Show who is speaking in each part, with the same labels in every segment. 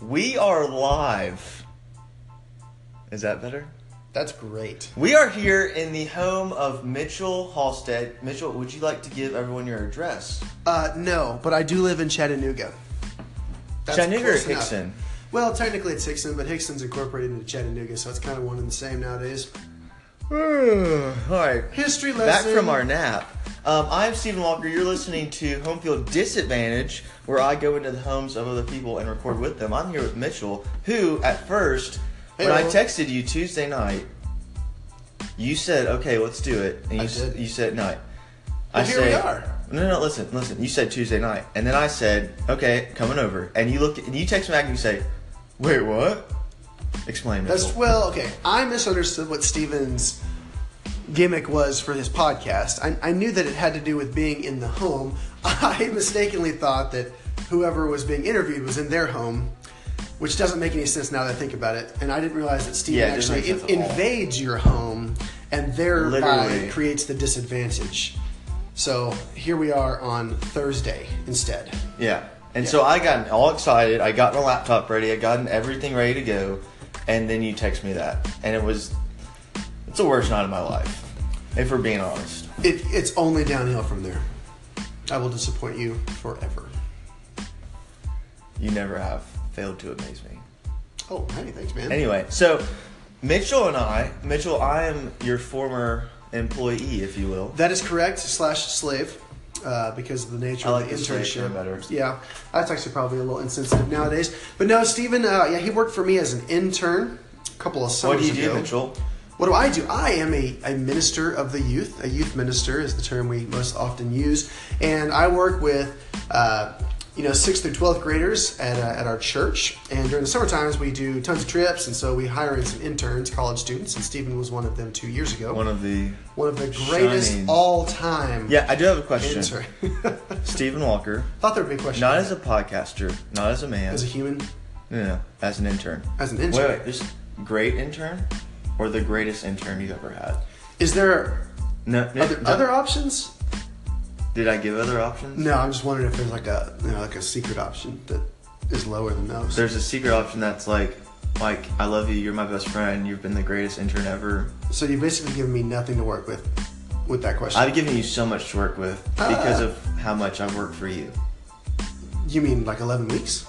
Speaker 1: We are live. Is that better?
Speaker 2: That's great.
Speaker 1: We are here in the home of Mitchell Halstead. Mitchell, would you like to give everyone your address?
Speaker 2: Uh, no, but I do live in Chattanooga.
Speaker 1: Chattanooga or
Speaker 2: close enough.
Speaker 1: Hickson?
Speaker 2: Well, technically it's Hickson, but Hickson's incorporated into Chattanooga, so it's kind of one and the same nowadays.
Speaker 1: All right.
Speaker 2: History
Speaker 1: Back
Speaker 2: lesson.
Speaker 1: from our nap. Um, I'm Stephen Walker. You're listening to Home Field Disadvantage, where I go into the homes of other people and record with them. I'm here with Mitchell, who, at first, when I
Speaker 2: Hello.
Speaker 1: texted you Tuesday night, you said, "Okay, let's do it," and you
Speaker 2: I
Speaker 1: s-
Speaker 2: did.
Speaker 1: you said night.
Speaker 2: Well, here we are.
Speaker 1: No, no, no, listen, listen. You said Tuesday night, and then I said, "Okay, coming over," and you looked and you text me back and you say, "Wait, what?" Explain.
Speaker 2: That's
Speaker 1: Mitchell.
Speaker 2: well, okay. I misunderstood what Steven's gimmick was for his podcast. I, I knew that it had to do with being in the home. I mistakenly thought that whoever was being interviewed was in their home, which doesn't make any sense now that I think about it. And I didn't realize that Steven
Speaker 1: Yeah, it doesn't
Speaker 2: actually
Speaker 1: make
Speaker 2: in,
Speaker 1: sense at all.
Speaker 2: invades your home and thereby
Speaker 1: Literally.
Speaker 2: creates the disadvantage. So here we are on Thursday instead.
Speaker 1: Yeah. And so I got all excited. I got my laptop ready. I got everything ready to go. And then you text me that. And it was, it's the worst night of my life, if we're being honest.
Speaker 2: It, it's only downhill from there. I will disappoint you forever.
Speaker 1: You never have failed to amaze me.
Speaker 2: Oh, hey, thanks, man.
Speaker 1: Anyway, so Mitchell and I, Mitchell, I am your former employee, if you will.
Speaker 2: That is correct, slash slave, uh, because of the nature
Speaker 1: I
Speaker 2: of
Speaker 1: like
Speaker 2: the
Speaker 1: the slave
Speaker 2: internship.
Speaker 1: term better.
Speaker 2: Yeah, that's actually probably a little insensitive nowadays. But no, Steven, uh, yeah, he worked for me as an intern a couple of
Speaker 1: What
Speaker 2: summers
Speaker 1: do you
Speaker 2: ago.
Speaker 1: do, Mitchell?
Speaker 2: What do I do? I am a, a minister of the youth. A youth minister is the term we most often use. And I work with, uh, you know, 6th through 12th graders at, uh, at our church. And during the summer times, we do tons of trips. And so we hire in some interns, college students. And Stephen was one of them two years ago.
Speaker 1: One of the.
Speaker 2: One of the greatest
Speaker 1: Shining.
Speaker 2: all time.
Speaker 1: Yeah, I do have a question.
Speaker 2: Answer.
Speaker 1: Stephen Walker,
Speaker 2: Thought there'd be a question.
Speaker 1: not as a podcaster, not as a man,
Speaker 2: as a human,
Speaker 1: no, no, as an intern.
Speaker 2: as an intern.
Speaker 1: Wait, wait, this great intern or the greatest intern you've ever had?
Speaker 2: Is there
Speaker 1: No, no,
Speaker 2: other,
Speaker 1: no.
Speaker 2: other options?
Speaker 1: Did I give other options?
Speaker 2: No, I'm just wondering if there's like a you know, like a secret option that is lower than those.
Speaker 1: There's a secret option that's like, like I love you, you're my best friend, you've been the greatest intern ever.
Speaker 2: So you basically given me nothing to work with with that question.
Speaker 1: I've given you so much to work with
Speaker 2: Ah.
Speaker 1: because of how much I've worked for you.
Speaker 2: you mean like 11 weeks?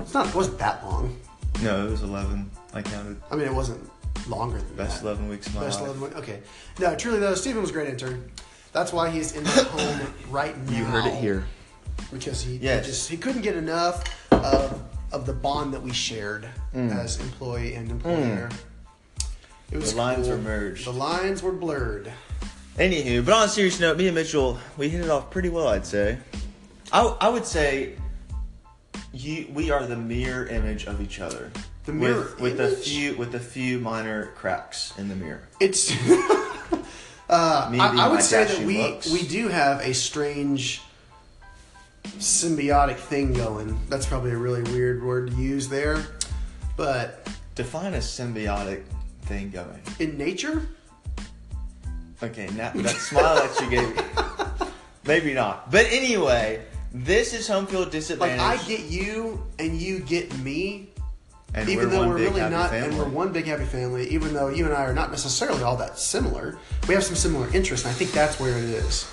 Speaker 2: It's not. It wasn't that long.
Speaker 1: No, it was 11. I counted
Speaker 2: I mean, it wasn't longer than
Speaker 1: best
Speaker 2: that.
Speaker 1: 11 weeks of my
Speaker 2: Best
Speaker 1: life.
Speaker 2: 11 week- Okay. No, truly though, Stephen was a great intern. That's why he's in the home right now.
Speaker 1: You heard it here.
Speaker 2: because he, he
Speaker 1: Yes.
Speaker 2: just he couldn't get enough of of the bond that we shared
Speaker 1: Mm.
Speaker 2: as employee and employer. It was
Speaker 1: The lines
Speaker 2: cool.
Speaker 1: were merged.
Speaker 2: The lines were blurred.
Speaker 1: Anywho, but on a serious note, me and Mitchell, we hit it off pretty well, I'd say. I, I would say you we are the mirror image of each other.
Speaker 2: The mirror
Speaker 1: with, with a
Speaker 2: image?
Speaker 1: few with a few minor cracks in the mirror.
Speaker 2: It's uh,
Speaker 1: Me
Speaker 2: I,
Speaker 1: being
Speaker 2: I
Speaker 1: my
Speaker 2: would say that
Speaker 1: dashing
Speaker 2: we
Speaker 1: looks.
Speaker 2: we do have a strange symbiotic thing going. That's probably a really weird word to use there, but
Speaker 1: Define a symbiotic thing going.
Speaker 2: in nature,
Speaker 1: Okay, now that smile that you gave me. Maybe not. But anyway, this is home field
Speaker 2: like
Speaker 1: disadvantage.
Speaker 2: I get you and you get me,
Speaker 1: and
Speaker 2: even though
Speaker 1: one
Speaker 2: we're
Speaker 1: big
Speaker 2: really
Speaker 1: happy
Speaker 2: not,
Speaker 1: family.
Speaker 2: and we're one big happy family, even though you and I are not necessarily all that similar, we have some similar interests, and I think that's where it is.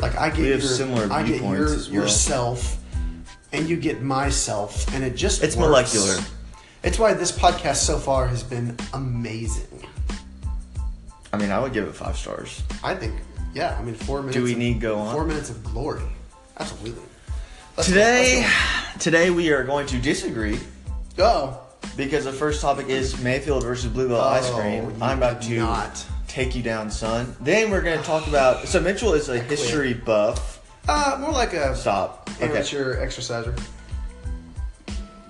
Speaker 2: Like I get
Speaker 1: We
Speaker 2: your,
Speaker 1: have similar
Speaker 2: I get
Speaker 1: viewpoints
Speaker 2: your
Speaker 1: as well.
Speaker 2: yourself, and you get myself, and it just
Speaker 1: It's
Speaker 2: works.
Speaker 1: molecular.
Speaker 2: It's why this podcast so far has been amazing.
Speaker 1: I mean I would give it five stars.
Speaker 2: I think, yeah, I mean, four minutes.
Speaker 1: we
Speaker 2: of-
Speaker 1: need go on?
Speaker 2: Four minutes of glory, absolutely. Let's go,
Speaker 1: Today
Speaker 2: let's
Speaker 1: today we are going to disagree
Speaker 2: go. Oh,
Speaker 1: Because the first topic is Mayfield versus Blue Bell ice cream.
Speaker 2: Oh, you
Speaker 1: I'm about
Speaker 2: did
Speaker 1: to
Speaker 2: not.
Speaker 1: take you down, son. Then we're going to talk about. So Mitchell is a history buff.
Speaker 2: uh, more like a
Speaker 1: Stop. Okay.
Speaker 2: amateur exerciser.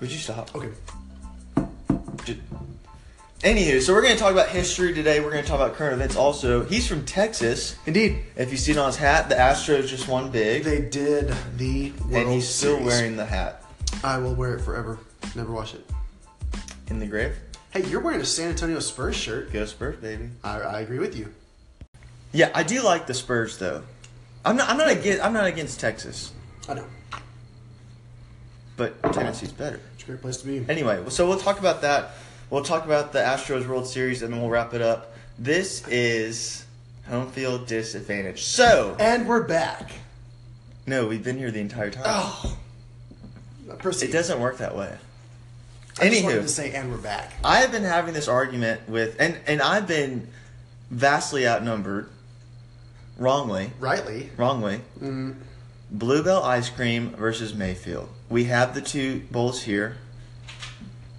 Speaker 1: Would you stop?
Speaker 2: Okay,
Speaker 1: Ju- Anywho, so we're going to talk about history today. We're going to talk about current events also. He's from Texas.
Speaker 2: indeed.
Speaker 1: If you see it on his hat, the Astros just won big.
Speaker 2: They did the World
Speaker 1: and he's still
Speaker 2: Series.
Speaker 1: wearing the hat
Speaker 2: I will wear it forever. Never wash it.
Speaker 1: in the grave.
Speaker 2: Hey, you're wearing a San Antonio Spurs shirt.
Speaker 1: Go Spurs, baby.
Speaker 2: I, I agree with you.
Speaker 1: Yeah, I do like the Spurs though. I'm not. I'm not against. I'm not against Texas.
Speaker 2: I know.
Speaker 1: but Tennessee's better.
Speaker 2: It's a great place to be.
Speaker 1: Anyway, so we'll talk about that. We'll talk about the Astros World Series, and then we'll wrap it up. This is home field disadvantage. So
Speaker 2: And we're back.
Speaker 1: no, we've been here the entire time.
Speaker 2: Oh, Uh, proceed.
Speaker 1: It doesn't work that way.
Speaker 2: I just wanted to
Speaker 1: Anywho,
Speaker 2: say, and we're back.
Speaker 1: I have been having this argument with, and and I've been vastly outnumbered, wrongly,
Speaker 2: Rightly,
Speaker 1: wrongly.
Speaker 2: Mm-hmm.
Speaker 1: Bluebell ice cream versus Mayfield. We have the two bowls here.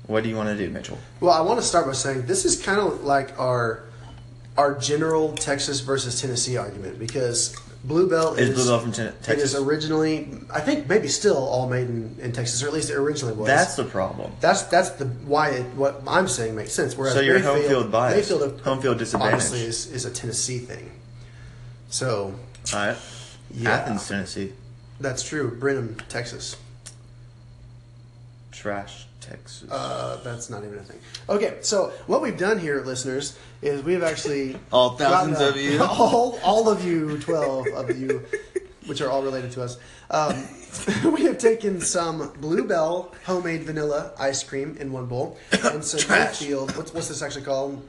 Speaker 1: What do you want to do, Mitchell?
Speaker 2: Well, I want to start by saying this is kind of like our our general Texas versus Tennessee argument because Bluebell
Speaker 1: Is
Speaker 2: is,
Speaker 1: Bluebell from Ten-
Speaker 2: It is
Speaker 1: Texas?
Speaker 2: originally, I think, maybe still all made in, in Texas, or at least it originally was.
Speaker 1: That's the problem.
Speaker 2: that's that's the why it, what I'm saying makes sense. Whereas
Speaker 1: So your home
Speaker 2: Mayfield-
Speaker 1: field bias.
Speaker 2: Mayfield of,
Speaker 1: Home field disadvantage.
Speaker 2: honestly is, is a Tennessee thing. So
Speaker 1: All right.
Speaker 2: Yeah.
Speaker 1: Athens, Tennessee.
Speaker 2: that's true. Brenham, Texas.
Speaker 1: Trash, Texas.
Speaker 2: Uh, that's not even a thing. Okay, so what we've done here, listeners, is we've actually
Speaker 1: All thousands
Speaker 2: gotten,
Speaker 1: of you.
Speaker 2: all all of you, twelve of you, which are all related to us. Um, we have taken some Bluebell homemade vanilla ice cream in one bowl, and some
Speaker 1: Trash.
Speaker 2: Mayfield. What's what's this actually called?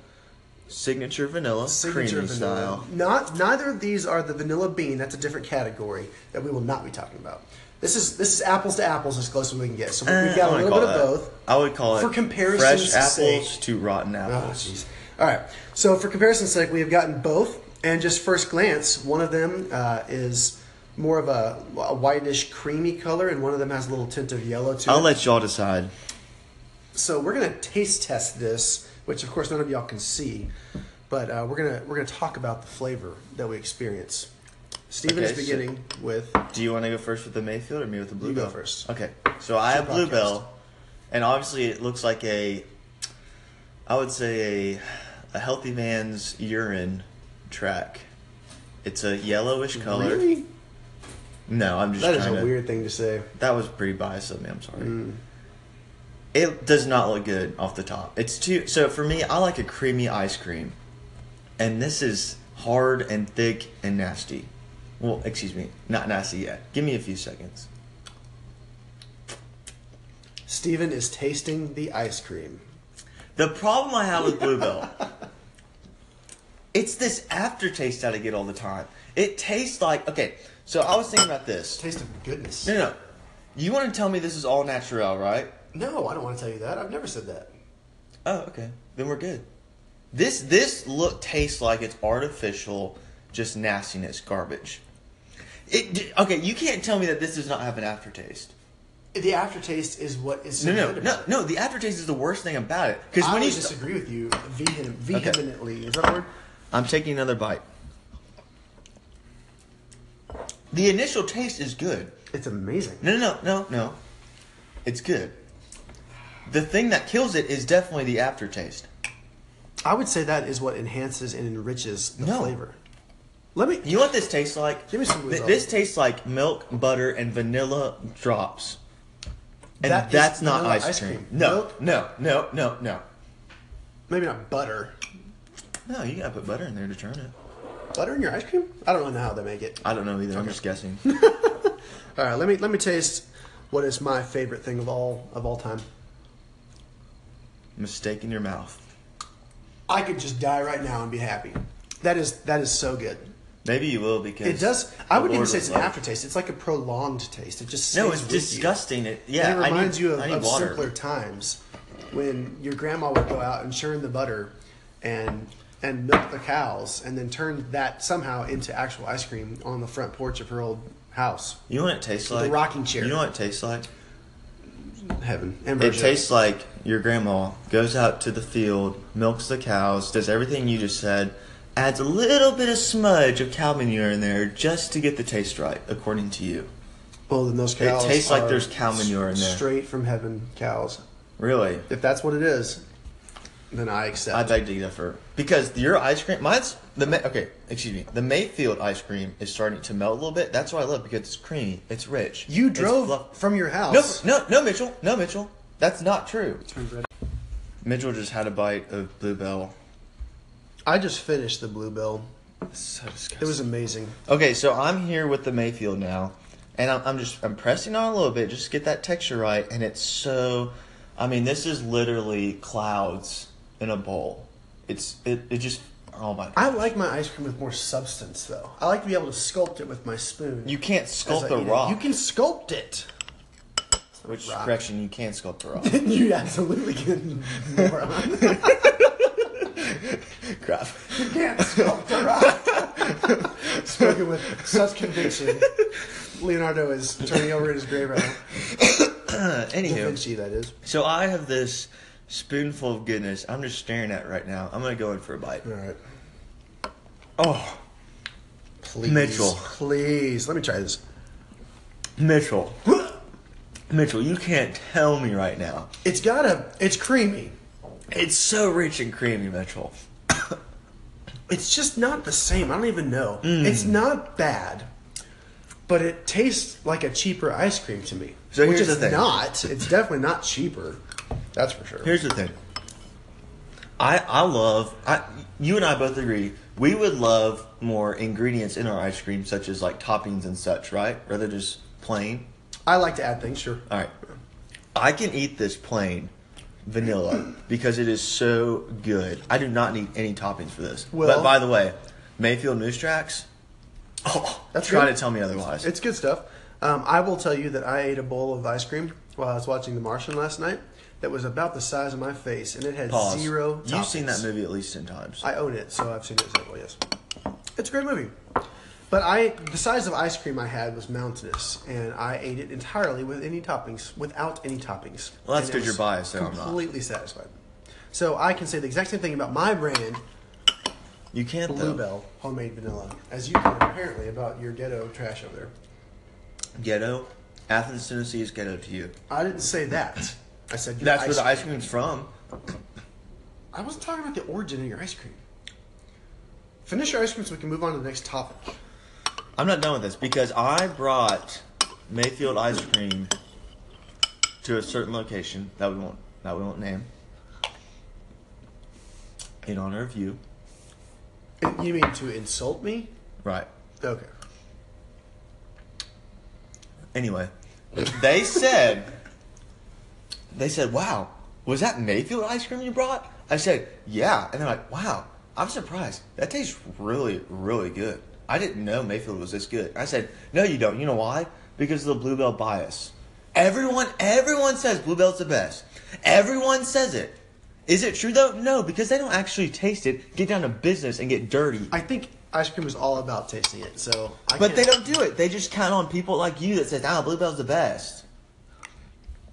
Speaker 1: Signature vanilla, creamy style.
Speaker 2: Not neither of these are the vanilla bean. That's a different category that we will not be talking about. This is this is apples to apples as close as we can get. So
Speaker 1: Eh,
Speaker 2: we've
Speaker 1: I
Speaker 2: got a
Speaker 1: wouldn't
Speaker 2: little bit of
Speaker 1: call
Speaker 2: both.
Speaker 1: that. I would call it
Speaker 2: For comparison's
Speaker 1: fresh
Speaker 2: sake-
Speaker 1: apples to rotten
Speaker 2: Oh,
Speaker 1: apples.
Speaker 2: jeez. All right. So, for comparison's sake, we have gotten both, and just first glance, one of them uh, is more of a, a whitish, creamy color, and one of them has a little tint of yellow to
Speaker 1: I'll
Speaker 2: it.
Speaker 1: let y'all decide.
Speaker 2: so, we're gonna taste test this, which of course none of y'all can see, but uh, we're gonna we're gonna talk about the flavor that we experience.
Speaker 1: Okay,
Speaker 2: Steven is
Speaker 1: so-
Speaker 2: beginning with
Speaker 1: Do you want to go first with the Mayfield or me with the Bluebell?
Speaker 2: go first.
Speaker 1: Okay. So I have
Speaker 2: podcast.
Speaker 1: Bluebell, and obviously it looks like a, I would say a, a healthy man's urine track. It's a yellowish color.
Speaker 2: really.
Speaker 1: No, I'm just
Speaker 2: That is
Speaker 1: trying
Speaker 2: a
Speaker 1: to-
Speaker 2: weird Hmm. thing to say.
Speaker 1: That was pretty biased of me. I'm sorry. It does not look good off the top. It's too so for me. I like a creamy ice cream, and this is hard and thick and nasty. Well, excuse me, not nasty yet. Give me a few seconds.
Speaker 2: Steven is tasting the ice cream.
Speaker 1: The problem I have with Bluebell, it's this aftertaste that I get all the time. It tastes like okay. So I was thinking about this.
Speaker 2: Taste of goodness.
Speaker 1: No, no. You want to tell me this is all natural, right?
Speaker 2: No, I don't want to tell you that. I've never said that.
Speaker 1: Oh, okay. Then we're good. This this look tastes like it's artificial, just nastiness, garbage. It d- okay. You can't tell me that this does not have an aftertaste.
Speaker 2: The aftertaste is what is. so
Speaker 1: No, no,
Speaker 2: good
Speaker 1: no,
Speaker 2: about it.
Speaker 1: no. The aftertaste is the worst thing about it. Because
Speaker 2: I
Speaker 1: when you,
Speaker 2: would
Speaker 1: st-
Speaker 2: disagree with you vehem- vehemently. Is that a word?
Speaker 1: I'm taking another bite. The initial taste is good.
Speaker 2: It's amazing.
Speaker 1: No, no, no, no, no. It's good. The thing that kills it is definitely the aftertaste.
Speaker 2: I would say that is what enhances and enriches the
Speaker 1: No.
Speaker 2: flavor. Let me.
Speaker 1: You know what this tastes like?
Speaker 2: Give me some
Speaker 1: Th-
Speaker 2: Luzon.
Speaker 1: this tastes like milk, butter, and vanilla drops. And
Speaker 2: That is
Speaker 1: that's not
Speaker 2: vanilla
Speaker 1: ice,
Speaker 2: ice
Speaker 1: cream.
Speaker 2: cream.
Speaker 1: No,
Speaker 2: Milk?
Speaker 1: no, no, no, no.
Speaker 2: Maybe not butter.
Speaker 1: No, you gotta put butter in there to turn it.
Speaker 2: Butter in your ice cream? I don't really know how they make it.
Speaker 1: I don't know either. I'm just guessing.
Speaker 2: All right, let me let me taste what is my favorite thing of all of all time.
Speaker 1: Mistake in your mouth.
Speaker 2: I could just die right now and be happy. That is that is so good.
Speaker 1: Maybe you will because
Speaker 2: It does.
Speaker 1: the
Speaker 2: I wouldn't even
Speaker 1: Lord
Speaker 2: say
Speaker 1: would
Speaker 2: it's an
Speaker 1: love it.
Speaker 2: aftertaste. It's like a prolonged taste. It just
Speaker 1: No,
Speaker 2: stays
Speaker 1: it's
Speaker 2: with you.
Speaker 1: disgusting. It yeah.
Speaker 2: And it reminds
Speaker 1: I need,
Speaker 2: you of,
Speaker 1: I need
Speaker 2: of
Speaker 1: water.
Speaker 2: simpler times when your grandma would go out and churn the butter and and milk the cows and then turn that somehow into actual ice cream on the front porch of her old house.
Speaker 1: You know what it tastes like?
Speaker 2: rocking chair.
Speaker 1: You know what it tastes like?
Speaker 2: Heaven.
Speaker 1: It
Speaker 2: Ambrosia.
Speaker 1: tastes like your grandma goes out to the field, milks the cows, does everything you just said, adds a little bit of smudge of cow manure in there just to get the taste right, according to you.
Speaker 2: well, then those cows.
Speaker 1: tastes like
Speaker 2: are
Speaker 1: there's cow manure in there.
Speaker 2: Straight from heaven cows.
Speaker 1: Really?
Speaker 2: If that's what it is, then I accept.
Speaker 1: I beg to differ. Because your ice cream, mine's the Ma- okay. Excuse me. The Mayfield ice cream is starting to melt a little bit. That's what I love because it's creamy, it's rich.
Speaker 2: you
Speaker 1: it's
Speaker 2: drove
Speaker 1: fluff-
Speaker 2: from your
Speaker 1: No,
Speaker 2: house.
Speaker 1: no, no, Mitchell. No, Mitchell. That's not true.
Speaker 2: No.
Speaker 1: Mitchell just had a bite of bluebell.
Speaker 2: I just finished the bluebell.
Speaker 1: So disgusting.
Speaker 2: It was amazing.
Speaker 1: Okay, so I'm here with the Mayfield now. and I'm, I'm just I'm pressing on a little bit just to get that texture right, and it's so. I mean, this is literally clouds in a bowl. It's it, it just oh my.
Speaker 2: I like my ice cream with more substance, though. I like to be able to sculpt it with my spoon.
Speaker 1: You can't
Speaker 2: as
Speaker 1: sculpt
Speaker 2: I
Speaker 1: the
Speaker 2: eat it.
Speaker 1: rock.
Speaker 2: You can sculpt it.
Speaker 1: which
Speaker 2: rock.
Speaker 1: correction? You can't sculpt the rock.
Speaker 2: you absolutely can. moron.
Speaker 1: Crap.
Speaker 2: can't sculpt a rock. Spoken with such conviction, Leonardo is turning over in his grave right now. Da
Speaker 1: Anywho,
Speaker 2: Vinci, that is.
Speaker 1: so I have this spoonful of goodness. I'm just staring at right now. I'm gonna go in for a bite.
Speaker 2: All right.
Speaker 1: Oh,
Speaker 2: Please,
Speaker 1: Mitchell.
Speaker 2: Please, let me try this.
Speaker 1: Mitchell, Mitchell, you can't tell me right now.
Speaker 2: It's got a. It's creamy.
Speaker 1: It's so rich and creamy, Mitchell.
Speaker 2: It's just not the same. I don't even know.
Speaker 1: Mm.
Speaker 2: It's not bad, but it tastes like a cheaper ice cream to me.
Speaker 1: So
Speaker 2: which
Speaker 1: here's
Speaker 2: it's
Speaker 1: the thing.
Speaker 2: not. It's definitely not cheaper. That's for sure.
Speaker 1: Here's the thing. I I love I you and I both agree we would love more ingredients in our ice cream such as like toppings and such right rather just plain.
Speaker 2: I like to add things. Sure.
Speaker 1: All right, I can eat this plain vanilla because it is so good. I do not need any toppings for this.
Speaker 2: Well-
Speaker 1: but by the way, Mayfield Moose Tracks. Oh,
Speaker 2: That's
Speaker 1: try
Speaker 2: good.
Speaker 1: to tell me otherwise.
Speaker 2: It's good stuff. Um, I will tell you that I ate a bowl of ice cream while I was watching The Martian last night. That was about the size of my face, and it had
Speaker 1: Pause.
Speaker 2: zero.
Speaker 1: You've seen
Speaker 2: toppings.
Speaker 1: that movie at least ten times.
Speaker 2: I own it, so I've seen it several. Yes, it's a great movie. But I, the size of ice cream I had was mountainous, and I ate it entirely with any toppings, without any toppings.
Speaker 1: Well, that's
Speaker 2: And it
Speaker 1: 'cause you're
Speaker 2: was
Speaker 1: biased, so I'm not.
Speaker 2: Completely satisfied. So I can say the exact same thing about my brand,
Speaker 1: you can't though.
Speaker 2: Bluebell homemade vanilla, as you can apparently about your ghetto trash over there.
Speaker 1: Ghetto, Athens, Tennessee is ghetto to you.
Speaker 2: I didn't say that. I said your
Speaker 1: That's where
Speaker 2: ice
Speaker 1: the ice cream's from.
Speaker 2: I wasn't talking about the origin of your ice cream. Finish your ice cream so we can move on to the next topic.
Speaker 1: I'm not done with this because I brought Mayfield ice cream to a certain location that we won't that we won't name in honor of you.
Speaker 2: You mean to insult me?
Speaker 1: Right.
Speaker 2: Okay.
Speaker 1: Anyway, they said they said, "Wow, was that Mayfield ice cream you brought?" I said, "Yeah," and they're like, "Wow, I'm surprised. That tastes really, really good. I didn't know Mayfield was this good." I said, "No, you don't. You know why? Because of the Bluebell bias. Everyone, everyone says Bluebell's the best. Everyone says it. Is it true though? No, because they don't actually taste it, get down to business, and get dirty.
Speaker 2: I think ice cream is all about tasting it, so I
Speaker 1: But
Speaker 2: can't-
Speaker 1: they don't do it. They just count on people like you that says, "Ah, Bluebell's the best."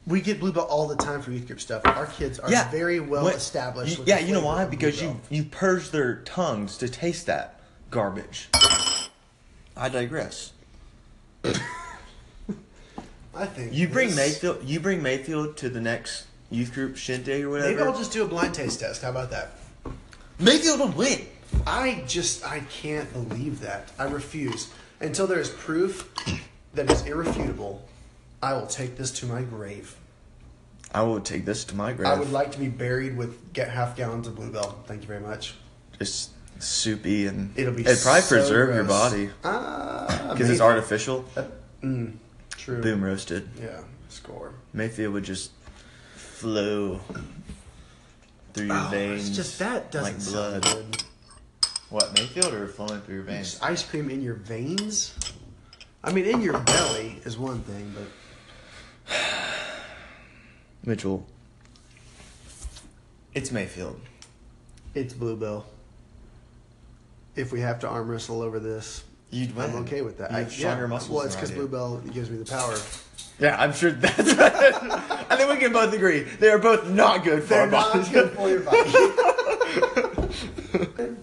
Speaker 2: We get Bluebell all the time for youth group stuff. Our kids are very well
Speaker 1: What-
Speaker 2: established.
Speaker 1: you-
Speaker 2: with
Speaker 1: yeah,
Speaker 2: the
Speaker 1: you know
Speaker 2: flavor
Speaker 1: why?
Speaker 2: of
Speaker 1: Because you
Speaker 2: Bluebell.
Speaker 1: you purge their tongues to taste that garbage. I digress.
Speaker 2: I think
Speaker 1: You bring
Speaker 2: this-
Speaker 1: Mayfield. You bring Mayfield to the next youth group shindig or whatever.
Speaker 2: Maybe I'll just do a blind taste test. How about that?
Speaker 1: Mayfield will win.
Speaker 2: I just I can't believe that. I refuse. Until there is proof that is irrefutable, I will take this to my grave.
Speaker 1: I will take this to my grave.
Speaker 2: I would like to be buried with get half gallons of Bluebell. Thank you very much.
Speaker 1: It's soupy and
Speaker 2: It'll be
Speaker 1: It'd probably
Speaker 2: so
Speaker 1: preserve your
Speaker 2: gross.
Speaker 1: body
Speaker 2: Ah,
Speaker 1: because it's
Speaker 2: maybe.
Speaker 1: artificial.
Speaker 2: True.
Speaker 1: Boom roasted.
Speaker 2: Yeah. Score.
Speaker 1: Mayfield would just flow through your
Speaker 2: Oh,
Speaker 1: veins.
Speaker 2: it's just that doesn't
Speaker 1: like
Speaker 2: sound
Speaker 1: blood.
Speaker 2: good.
Speaker 1: What Mayfield or flowing through your veins?
Speaker 2: Just ice cream in your veins. I mean, in your belly is one thing, but
Speaker 1: Mitchell. It's Mayfield.
Speaker 2: it's Bluebell. If we have to arm wrestle over this,
Speaker 1: You'd win.
Speaker 2: I'm okay with that.
Speaker 1: You
Speaker 2: I-
Speaker 1: have stronger
Speaker 2: yeah.
Speaker 1: muscles.
Speaker 2: Well,
Speaker 1: than
Speaker 2: it's
Speaker 1: I
Speaker 2: because
Speaker 1: do.
Speaker 2: Bluebell gives me the power.
Speaker 1: Yeah, I'm sure that's. I think we can both agree they are both not good for
Speaker 2: They're
Speaker 1: our bodies.
Speaker 2: not good for your body.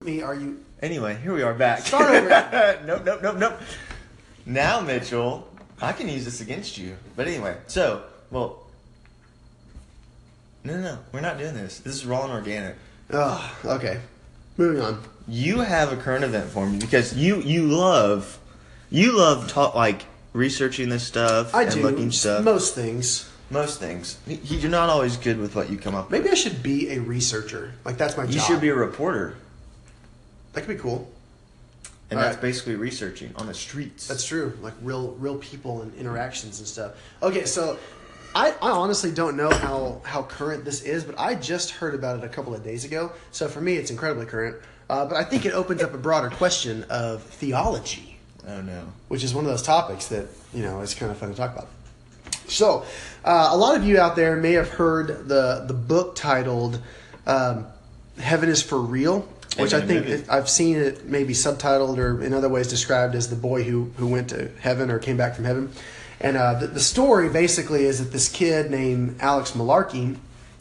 Speaker 2: me, are you?
Speaker 1: anyway, here we are back.
Speaker 2: Start over.
Speaker 1: nope, nope, nope, nope. Now, Mitchell, I can use this against you. But anyway, so well. No, no, no, we're not doing this. This is raw and organic.
Speaker 2: Oh, okay. Moving on.
Speaker 1: you have a current event for me because you you love you love ta- like researching this stuff
Speaker 2: I
Speaker 1: and
Speaker 2: do
Speaker 1: looking stuff
Speaker 2: most things.
Speaker 1: most things Y- you're not always good with what you come up with
Speaker 2: Maybe I should be a researcher. Like that's my
Speaker 1: you
Speaker 2: job.
Speaker 1: should be a reporter
Speaker 2: That could be cool.
Speaker 1: And
Speaker 2: All
Speaker 1: that's
Speaker 2: right.
Speaker 1: basically researching on the streets.
Speaker 2: That's true. Like real, real people and interactions and stuff. Okay, so I, I honestly don't know how how current this is, but I just heard about it a couple of days ago. So for me, it's incredibly current. Uh, but I think it opens up a broader question of theology,
Speaker 1: oh no.
Speaker 2: which is one of those topics that you know is kind of fun to talk about. So, uh, a lot of you out there may have heard the the book titled um, "Heaven Is for Real," which
Speaker 1: Heaven
Speaker 2: I
Speaker 1: and
Speaker 2: think
Speaker 1: Movie.
Speaker 2: it, I've seen it maybe subtitled or in other ways described as "The Boy Who Who Went to Heaven" or "Came Back from Heaven." And uh, the, the story basically is that this kid named Alex Malarkey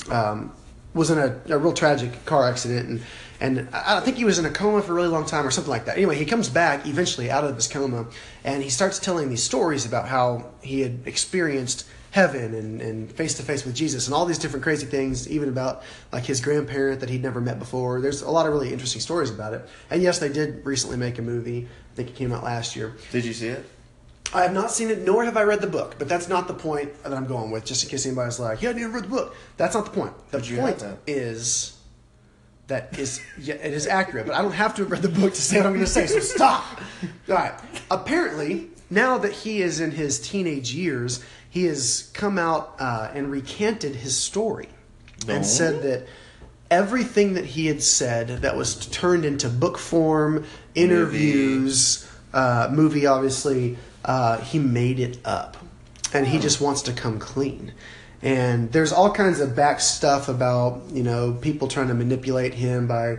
Speaker 2: um, was in a, a real tragic car accident and. And I I think he was in a coma for a really long time, or something like that. Anyway, he comes back eventually out of his coma, and he starts telling these stories about how he had experienced heaven and and face to face with Jesus and all these different crazy things, even about like his grandparent that he'd never met before. There's a lot of really interesting stories about it. And yes, they did recently make a movie. I think it came out last year.
Speaker 1: Did you see it?
Speaker 2: I have not seen it, nor have I read the book. But that's not the point that I'm going with. Just in case anybody's like, "Yeah, I didn't read the book." That's not the point. The
Speaker 1: But you
Speaker 2: point
Speaker 1: have
Speaker 2: is that is yeah, it is accurate. But I don't have to have read the book to say what I'm going to say. So stop. All right. Apparently, now that he is in his teenage years, he has come out uh, and recanted his story
Speaker 1: No.
Speaker 2: and said that everything that he had said that was turned into book form, interviews, uh, movie, obviously, uh, he made it up. And he just wants to come clean. And there's all kinds of back stuff about, you know, people trying to manipulate him by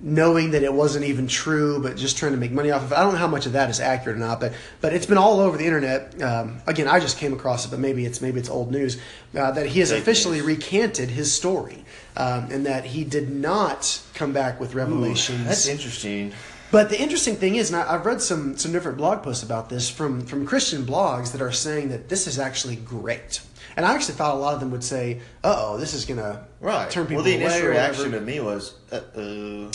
Speaker 2: knowing that it wasn't even true, but just trying to make money off of it. I don't know how much of that is accurate or not, but but it's been all over the internet. Um, again, I just came across it, but maybe it's maybe it's old news uh, that he has
Speaker 1: Fake
Speaker 2: officially
Speaker 1: news.
Speaker 2: recanted his story, um, and that he did not come back with revelations.
Speaker 1: That's interesting.
Speaker 2: But the interesting thing is, and I- I've read some some different blog posts about this from from Christian blogs that are saying that this is actually great. And I actually thought a lot of them would say, "Oh, this is gonna
Speaker 1: Right.
Speaker 2: turn
Speaker 1: well,
Speaker 2: people
Speaker 1: the
Speaker 2: away."
Speaker 1: initial
Speaker 2: or whatever.
Speaker 1: reaction to me was, uh oh.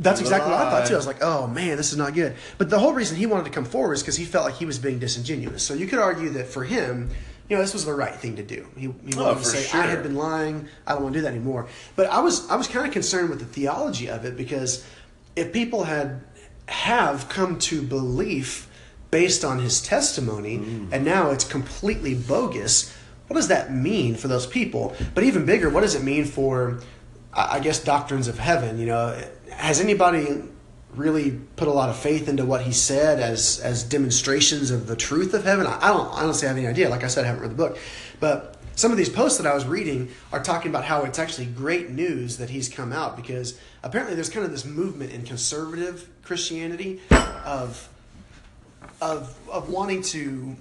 Speaker 2: That's exactly what I thought too. I was like, "Oh man, this is not good." But the whole reason he wanted to come forward is because he felt like he was being disingenuous. So you could argue that for him, you know, this was the right thing to do. He, he wanted
Speaker 1: Oh,
Speaker 2: to
Speaker 1: for
Speaker 2: say,
Speaker 1: sure.
Speaker 2: "I had been lying. I don't want to do that anymore." But I was I was kind of concerned with the theology of it because if people had have come to belief based on his testimony,
Speaker 1: Mm.
Speaker 2: and now it's completely bogus. What does that mean for those people? But even bigger, what does it mean for I I guess doctrines of heaven. You know, has anybody really put a lot of faith into what he said as as demonstrations of the truth of heaven? I, I don't I honestly have any idea. Like I said, I haven't read the book, but some of these posts that I was reading are talking about how it's actually great news that he's come out because apparently there's kind of this movement in conservative Christianity of of of wanting to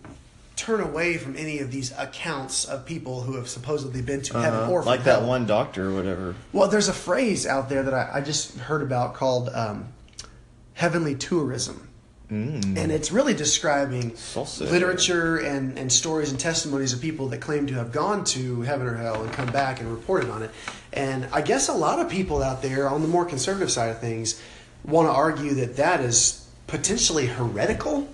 Speaker 2: turn away from any of these accounts of people who have supposedly been to heaven or from
Speaker 1: Uh-huh. like that
Speaker 2: hell.
Speaker 1: one doctor or whatever.
Speaker 2: Well, there's a phrase out there that I, I just heard about called um, heavenly tourism. Mm. And it's really describing
Speaker 1: Saucy.
Speaker 2: literature and, and stories and testimonies of people that claim to have gone to heaven or hell and come back and reported on it. And I guess a lot of people out there on the more conservative side of things want to argue that that is potentially heretical,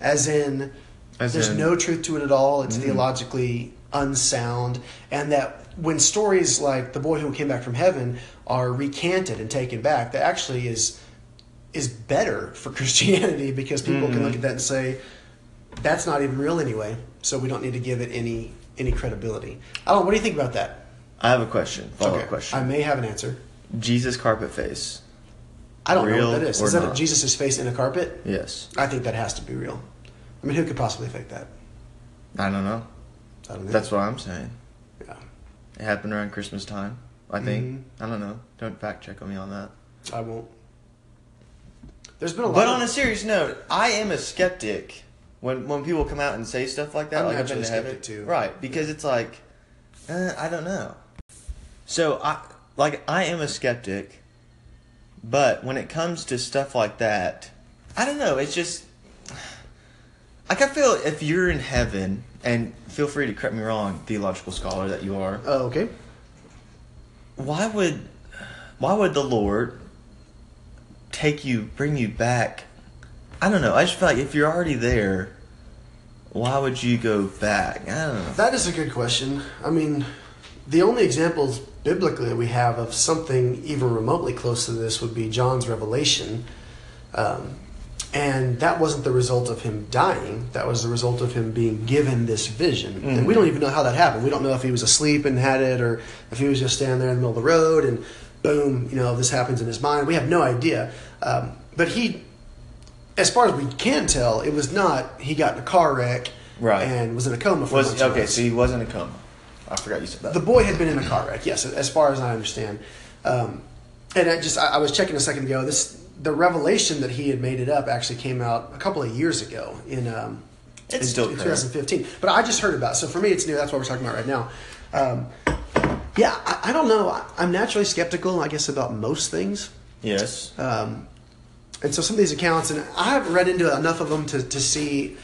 Speaker 2: as in
Speaker 1: As
Speaker 2: there's
Speaker 1: in- Mm.
Speaker 2: no truth to it at all. It's theologically unsound, and that when stories like the boy who came back from heaven are recanted and taken back, that actually is is better for Christianity because people can
Speaker 1: Mm.
Speaker 2: look at that and say that's not even real anyway, so we don't need to give it any any credibility. I don't. What do you think about that?
Speaker 1: I have a question. Follow up question.
Speaker 2: I may have an answer.
Speaker 1: Jesus carpet face.
Speaker 2: I don't know
Speaker 1: Real
Speaker 2: what that is.
Speaker 1: or
Speaker 2: Is that
Speaker 1: not?
Speaker 2: Jesus' face in a carpet?
Speaker 1: Yes.
Speaker 2: I think that has to be real. I mean, who could possibly fake that?
Speaker 1: I don't know.
Speaker 2: I don't know.
Speaker 1: That's what I'm saying.
Speaker 2: yeah.
Speaker 1: It happened around Christmas time. I think.
Speaker 2: Mhm.
Speaker 1: I don't know. Don't fact check on me on that.
Speaker 2: I won't. There's been a lot.
Speaker 1: But
Speaker 2: of,
Speaker 1: on a serious note, I am a skeptic when when people come out and say stuff like that.
Speaker 2: I'm
Speaker 1: like I've been
Speaker 2: naturally
Speaker 1: to heaven
Speaker 2: skeptic, too.
Speaker 1: right? Because it's like, uh, I don't know. So I like I am a skeptic, but when it comes to stuff like that, I don't know. It's just like I feel if you're in heaven, and feel free to correct me wrong, theological scholar that you are
Speaker 2: oh, okay.
Speaker 1: why would why would the Lord take you bring you back? I don't know. I just feel like if you're already there, why would you go back? I don't know.
Speaker 2: That is a good question. I mean, the only examples biblically that we have of something even remotely close to this would be John's revelation, um, And that wasn't the result of him dying. That was the result of him being given this vision. And we don't even know how that happened. We don't know if he was asleep and had it or if he was just standing there in the middle of the road and boom, you know, this happens in his mind. We have no idea. Um, but he, as far as we can tell, it was not he got in a car wreck
Speaker 1: Right.
Speaker 2: and was in a coma for
Speaker 1: Was
Speaker 2: months
Speaker 1: okay,
Speaker 2: months.
Speaker 1: so he was in a coma. I forgot you said that.
Speaker 2: The boy had been in a car wreck, yes, as far as I understand. Um, and I just I, I was checking a second ago. This the revelation that he had made it up actually came out a couple of years ago in um,
Speaker 1: It's
Speaker 2: in-
Speaker 1: still
Speaker 2: in
Speaker 1: current.
Speaker 2: 2015. But I just heard about. it. So for me, it's new. That's what we're talking about right now. Um, yeah, I, I don't know. I, I'm naturally skeptical, I guess, about most things.
Speaker 1: yes.
Speaker 2: And so some of these accounts, and I haven't read into enough of them to, to see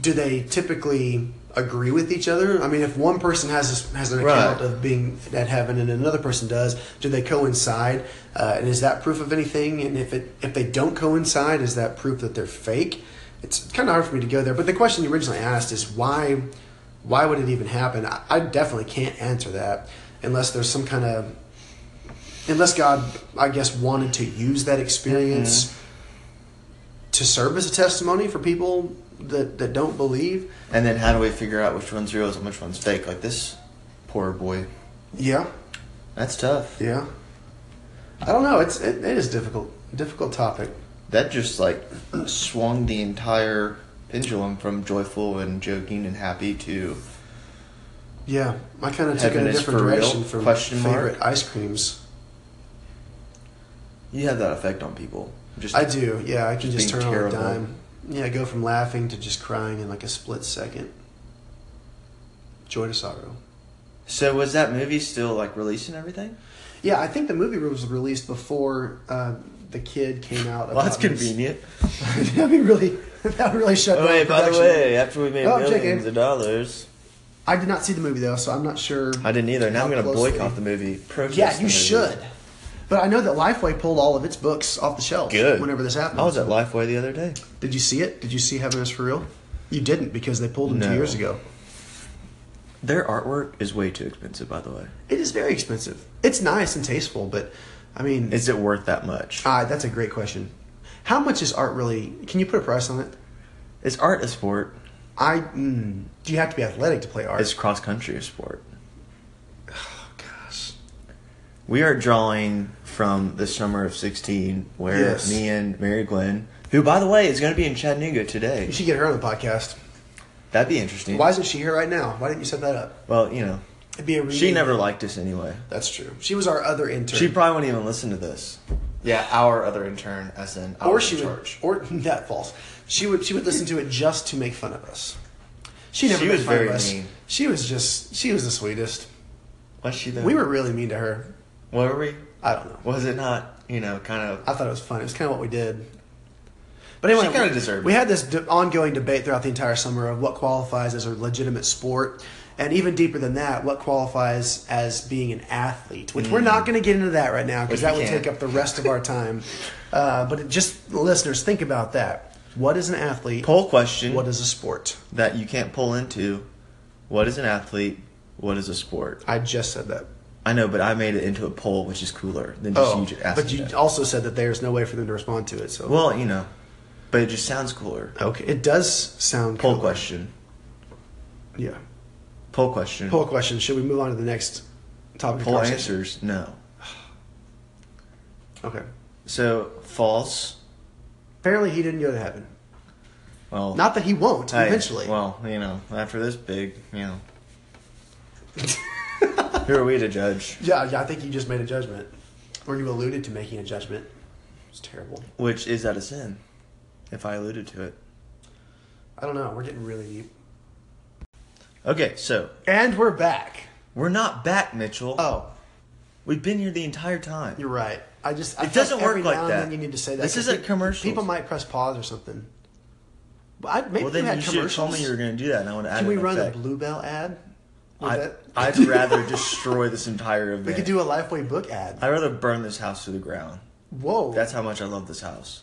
Speaker 2: do they typically agree with each other. I mean, if one person has this, has an account
Speaker 1: Right.
Speaker 2: of being at heaven and another person does, do they coincide? Uh, and is that proof of anything? And if it if they don't coincide, is that proof that they're fake? It's kind of hard for me to go there. But the question you originally asked is why why would it even happen? I, I definitely can't answer that unless there's some kind of unless God, I guess, wanted to use that experience to serve as a testimony for people that, that don't believe.
Speaker 1: and then how do we figure out which one's real and which one's fake? Like this poor boy.
Speaker 2: Yeah,
Speaker 1: That's tough.
Speaker 2: yeah. I don't know. It's it, it is difficult, difficult topic.
Speaker 1: That just like swung the entire pendulum from joyful and joking and happy to
Speaker 2: Yeah, I kind of took it
Speaker 1: Heaven
Speaker 2: a
Speaker 1: is
Speaker 2: different
Speaker 1: for real?
Speaker 2: direction from
Speaker 1: Question mark?
Speaker 2: favorite ice creams.
Speaker 1: you have that effect on people. Just
Speaker 2: I do. Yeah, I can just,
Speaker 1: Just
Speaker 2: turn
Speaker 1: being
Speaker 2: on a
Speaker 1: terrible.
Speaker 2: dime. Yeah, I go from laughing to just crying in like a split second. Joy to sorrow.
Speaker 1: So was that movie still like releasing everything?
Speaker 2: Yeah, I think the movie was released before uh, the kid came out.
Speaker 1: Well, that's
Speaker 2: about his-
Speaker 1: convenient.
Speaker 2: That'd be really. That would really shut
Speaker 1: Oh,
Speaker 2: down
Speaker 1: wait, by the
Speaker 2: production.
Speaker 1: way, after we made
Speaker 2: Oh, I'm checking.
Speaker 1: millions of dollars,
Speaker 2: I did not see the movie though, so I'm not sure.
Speaker 1: I didn't either. Now I'm
Speaker 2: How
Speaker 1: going to
Speaker 2: closely-
Speaker 1: boycott the movie. Protest
Speaker 2: yeah,
Speaker 1: the
Speaker 2: you
Speaker 1: movie.
Speaker 2: should. But I know that Lifeway pulled all of its books off the shelves.
Speaker 1: Good.
Speaker 2: Whenever this happened,
Speaker 1: I was at Lifeway the other day.
Speaker 2: Did you see it? Did you see Heaven Is for Real? You didn't because they pulled them two
Speaker 1: No.
Speaker 2: years ago.
Speaker 1: Their artwork is way too expensive, by the way.
Speaker 2: It is very expensive. It's nice and tasteful, but I mean,
Speaker 1: Is it worth that much?
Speaker 2: ah, that's a great question. How much is art really? Can you put a price on it?
Speaker 1: Is art a sport?
Speaker 2: I mm, do you have to be athletic to play art?
Speaker 1: Is cross country a sport?
Speaker 2: Gosh.
Speaker 1: We are drawing from the summer of 16, where
Speaker 2: Yes.
Speaker 1: me and Mary Glenn, who, by the way, is going to be in Chattanooga
Speaker 2: You
Speaker 1: today.
Speaker 2: should get her on the podcast.
Speaker 1: That'd be interesting.
Speaker 2: Why isn't she here right now? Why didn't you set that up?
Speaker 1: Well, you know,
Speaker 2: It'd be a
Speaker 1: she
Speaker 2: reunion.
Speaker 1: never liked us anyway.
Speaker 2: That's true. She was our other intern.
Speaker 1: She probably wouldn't even listen to this. Yeah, our other intern, as in I
Speaker 2: or
Speaker 1: was
Speaker 2: she
Speaker 1: in
Speaker 2: would,
Speaker 1: charge.
Speaker 2: or that false. She would, she would listen to it just to make fun of us. She never
Speaker 1: She
Speaker 2: made
Speaker 1: was
Speaker 2: fun
Speaker 1: very
Speaker 2: of us.
Speaker 1: mean.
Speaker 2: She was just, she was the sweetest.
Speaker 1: Was she though?
Speaker 2: We were really mean to her.
Speaker 1: Were we?
Speaker 2: I don't know.
Speaker 1: Was it not? You know, kind of.
Speaker 2: I thought it was fun. It was kind of what we did. But anyway,
Speaker 1: She kinda deserved
Speaker 2: We
Speaker 1: it.
Speaker 2: had this de- ongoing debate throughout the entire summer of what qualifies as a legitimate sport, and even deeper than that, what qualifies as being an athlete. Which we're not going to get into that right now because
Speaker 1: Which
Speaker 2: that
Speaker 1: Mm. we
Speaker 2: would
Speaker 1: can't.
Speaker 2: take up the rest of our time. Uh, but it, just listeners, think about that. What is an athlete?
Speaker 1: Poll question
Speaker 2: What is a sport?
Speaker 1: that you can't pull into. What is an athlete? What is a sport?
Speaker 2: I just said that.
Speaker 1: I know, but I made it into a poll, which is cooler than just you just asking.
Speaker 2: Oh, but you
Speaker 1: that.
Speaker 2: also said that there's no way for them to respond to it. So
Speaker 1: well, you know, but it just sounds cooler.
Speaker 2: okay, it does sound
Speaker 1: Poll
Speaker 2: cool.
Speaker 1: question.
Speaker 2: Yeah,
Speaker 1: Poll question.
Speaker 2: poll question. Should we move on to the next topic? of
Speaker 1: Poll
Speaker 2: conversation?
Speaker 1: answers. No.
Speaker 2: Okay.
Speaker 1: So false.
Speaker 2: Apparently, he didn't go to heaven.
Speaker 1: Well,
Speaker 2: Not that he won't
Speaker 1: hey,
Speaker 2: eventually.
Speaker 1: Oh, Well, you know, after this big, you know, who are we to judge?
Speaker 2: yeah, yeah, I think you just made a judgment, or you alluded to making a judgment. It's terrible.
Speaker 1: Which is that a sin? If I alluded to it.
Speaker 2: I don't know. We're getting really deep.
Speaker 1: Okay, so
Speaker 2: And we're back.
Speaker 1: we're not back, Mitchell.
Speaker 2: Oh,
Speaker 1: We've been here the entire time.
Speaker 2: you're right. I just I
Speaker 1: It
Speaker 2: feel
Speaker 1: doesn't
Speaker 2: like every
Speaker 1: work like
Speaker 2: now and
Speaker 1: that.
Speaker 2: Then you need to say that.
Speaker 1: This
Speaker 2: 'cause
Speaker 1: isn't
Speaker 2: pe-
Speaker 1: commercials.
Speaker 2: People might press pause or something. But I,
Speaker 1: well,
Speaker 2: maybe you
Speaker 1: then
Speaker 2: had
Speaker 1: you should have
Speaker 2: commercials.
Speaker 1: told me you were going to do that, and I would add
Speaker 2: Can we
Speaker 1: an
Speaker 2: run
Speaker 1: effect.
Speaker 2: a Bluebell ad? Would
Speaker 1: I,
Speaker 2: that-
Speaker 1: I'd rather destroy this entire event.
Speaker 2: we could do a Lifeway book ad.
Speaker 1: I'd rather burn this house to the ground.
Speaker 2: Whoa,
Speaker 1: That's how much I love this house.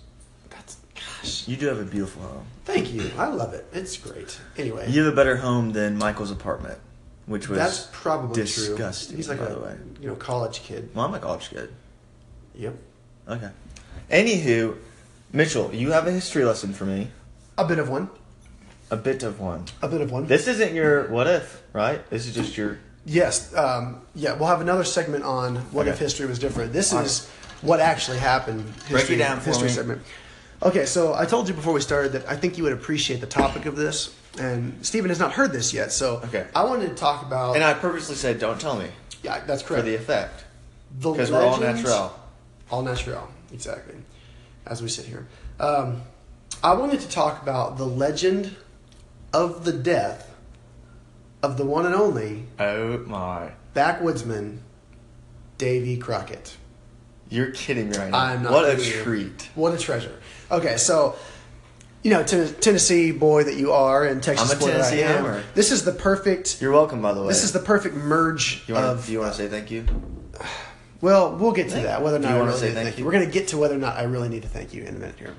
Speaker 2: that's gosh.
Speaker 1: You do have a beautiful home.
Speaker 2: Thank you. I love it. It's great. Anyway,
Speaker 1: You have a better home than Michael's apartment, which was
Speaker 2: that's probably
Speaker 1: disgusting.
Speaker 2: true. He's like
Speaker 1: by
Speaker 2: a
Speaker 1: the way.
Speaker 2: you know college kid.
Speaker 1: Well, I'm a college kid.
Speaker 2: Yep.
Speaker 1: Okay. Anywho, Mitchell, you have a history lesson for me.
Speaker 2: A bit of one.
Speaker 1: A bit of one.
Speaker 2: A bit of one.
Speaker 1: This isn't your what if, right? This is just your
Speaker 2: Yes. Um, yeah, we'll have another segment on what if
Speaker 1: Okay.
Speaker 2: history was different. This
Speaker 1: Alright.
Speaker 2: is what actually happened. History,
Speaker 1: Break it down for
Speaker 2: history
Speaker 1: me.
Speaker 2: segment. Okay, so I told you before we started that I think you would appreciate the topic of this, and Stephen has not heard this yet. So
Speaker 1: Okay.
Speaker 2: I wanted to talk about.
Speaker 1: And I purposely said don't tell me
Speaker 2: yeah, that's
Speaker 1: for
Speaker 2: correct.
Speaker 1: the effect
Speaker 2: The
Speaker 1: because we're all
Speaker 2: legends-
Speaker 1: natural.
Speaker 2: All natural, exactly. As we sit here, um, I wanted to talk about the legend of the death of the one and only
Speaker 1: Oh my.
Speaker 2: backwoodsman Davy Crockett.
Speaker 1: You're kidding me right now.
Speaker 2: I'm not.
Speaker 1: what a
Speaker 2: kidding you.
Speaker 1: treat.
Speaker 2: What a treasure. Okay, so you know, ten- Tennessee boy that you are, and Texas
Speaker 1: I'm a
Speaker 2: boy that I
Speaker 1: Tennessee
Speaker 2: am.
Speaker 1: homer.
Speaker 2: This is the perfect.
Speaker 1: You're welcome by the way.
Speaker 2: This is the perfect merge
Speaker 1: you wanna,
Speaker 2: of.
Speaker 1: do you wanna say thank you?
Speaker 2: Well, we'll get to
Speaker 1: Thank-
Speaker 2: that. Whether or
Speaker 1: Do
Speaker 2: not
Speaker 1: you
Speaker 2: I
Speaker 1: wanna
Speaker 2: really
Speaker 1: say
Speaker 2: need to
Speaker 1: thank
Speaker 2: thank you.
Speaker 1: you?
Speaker 2: We're going to get to whether or not I really need to thank you in a minute here.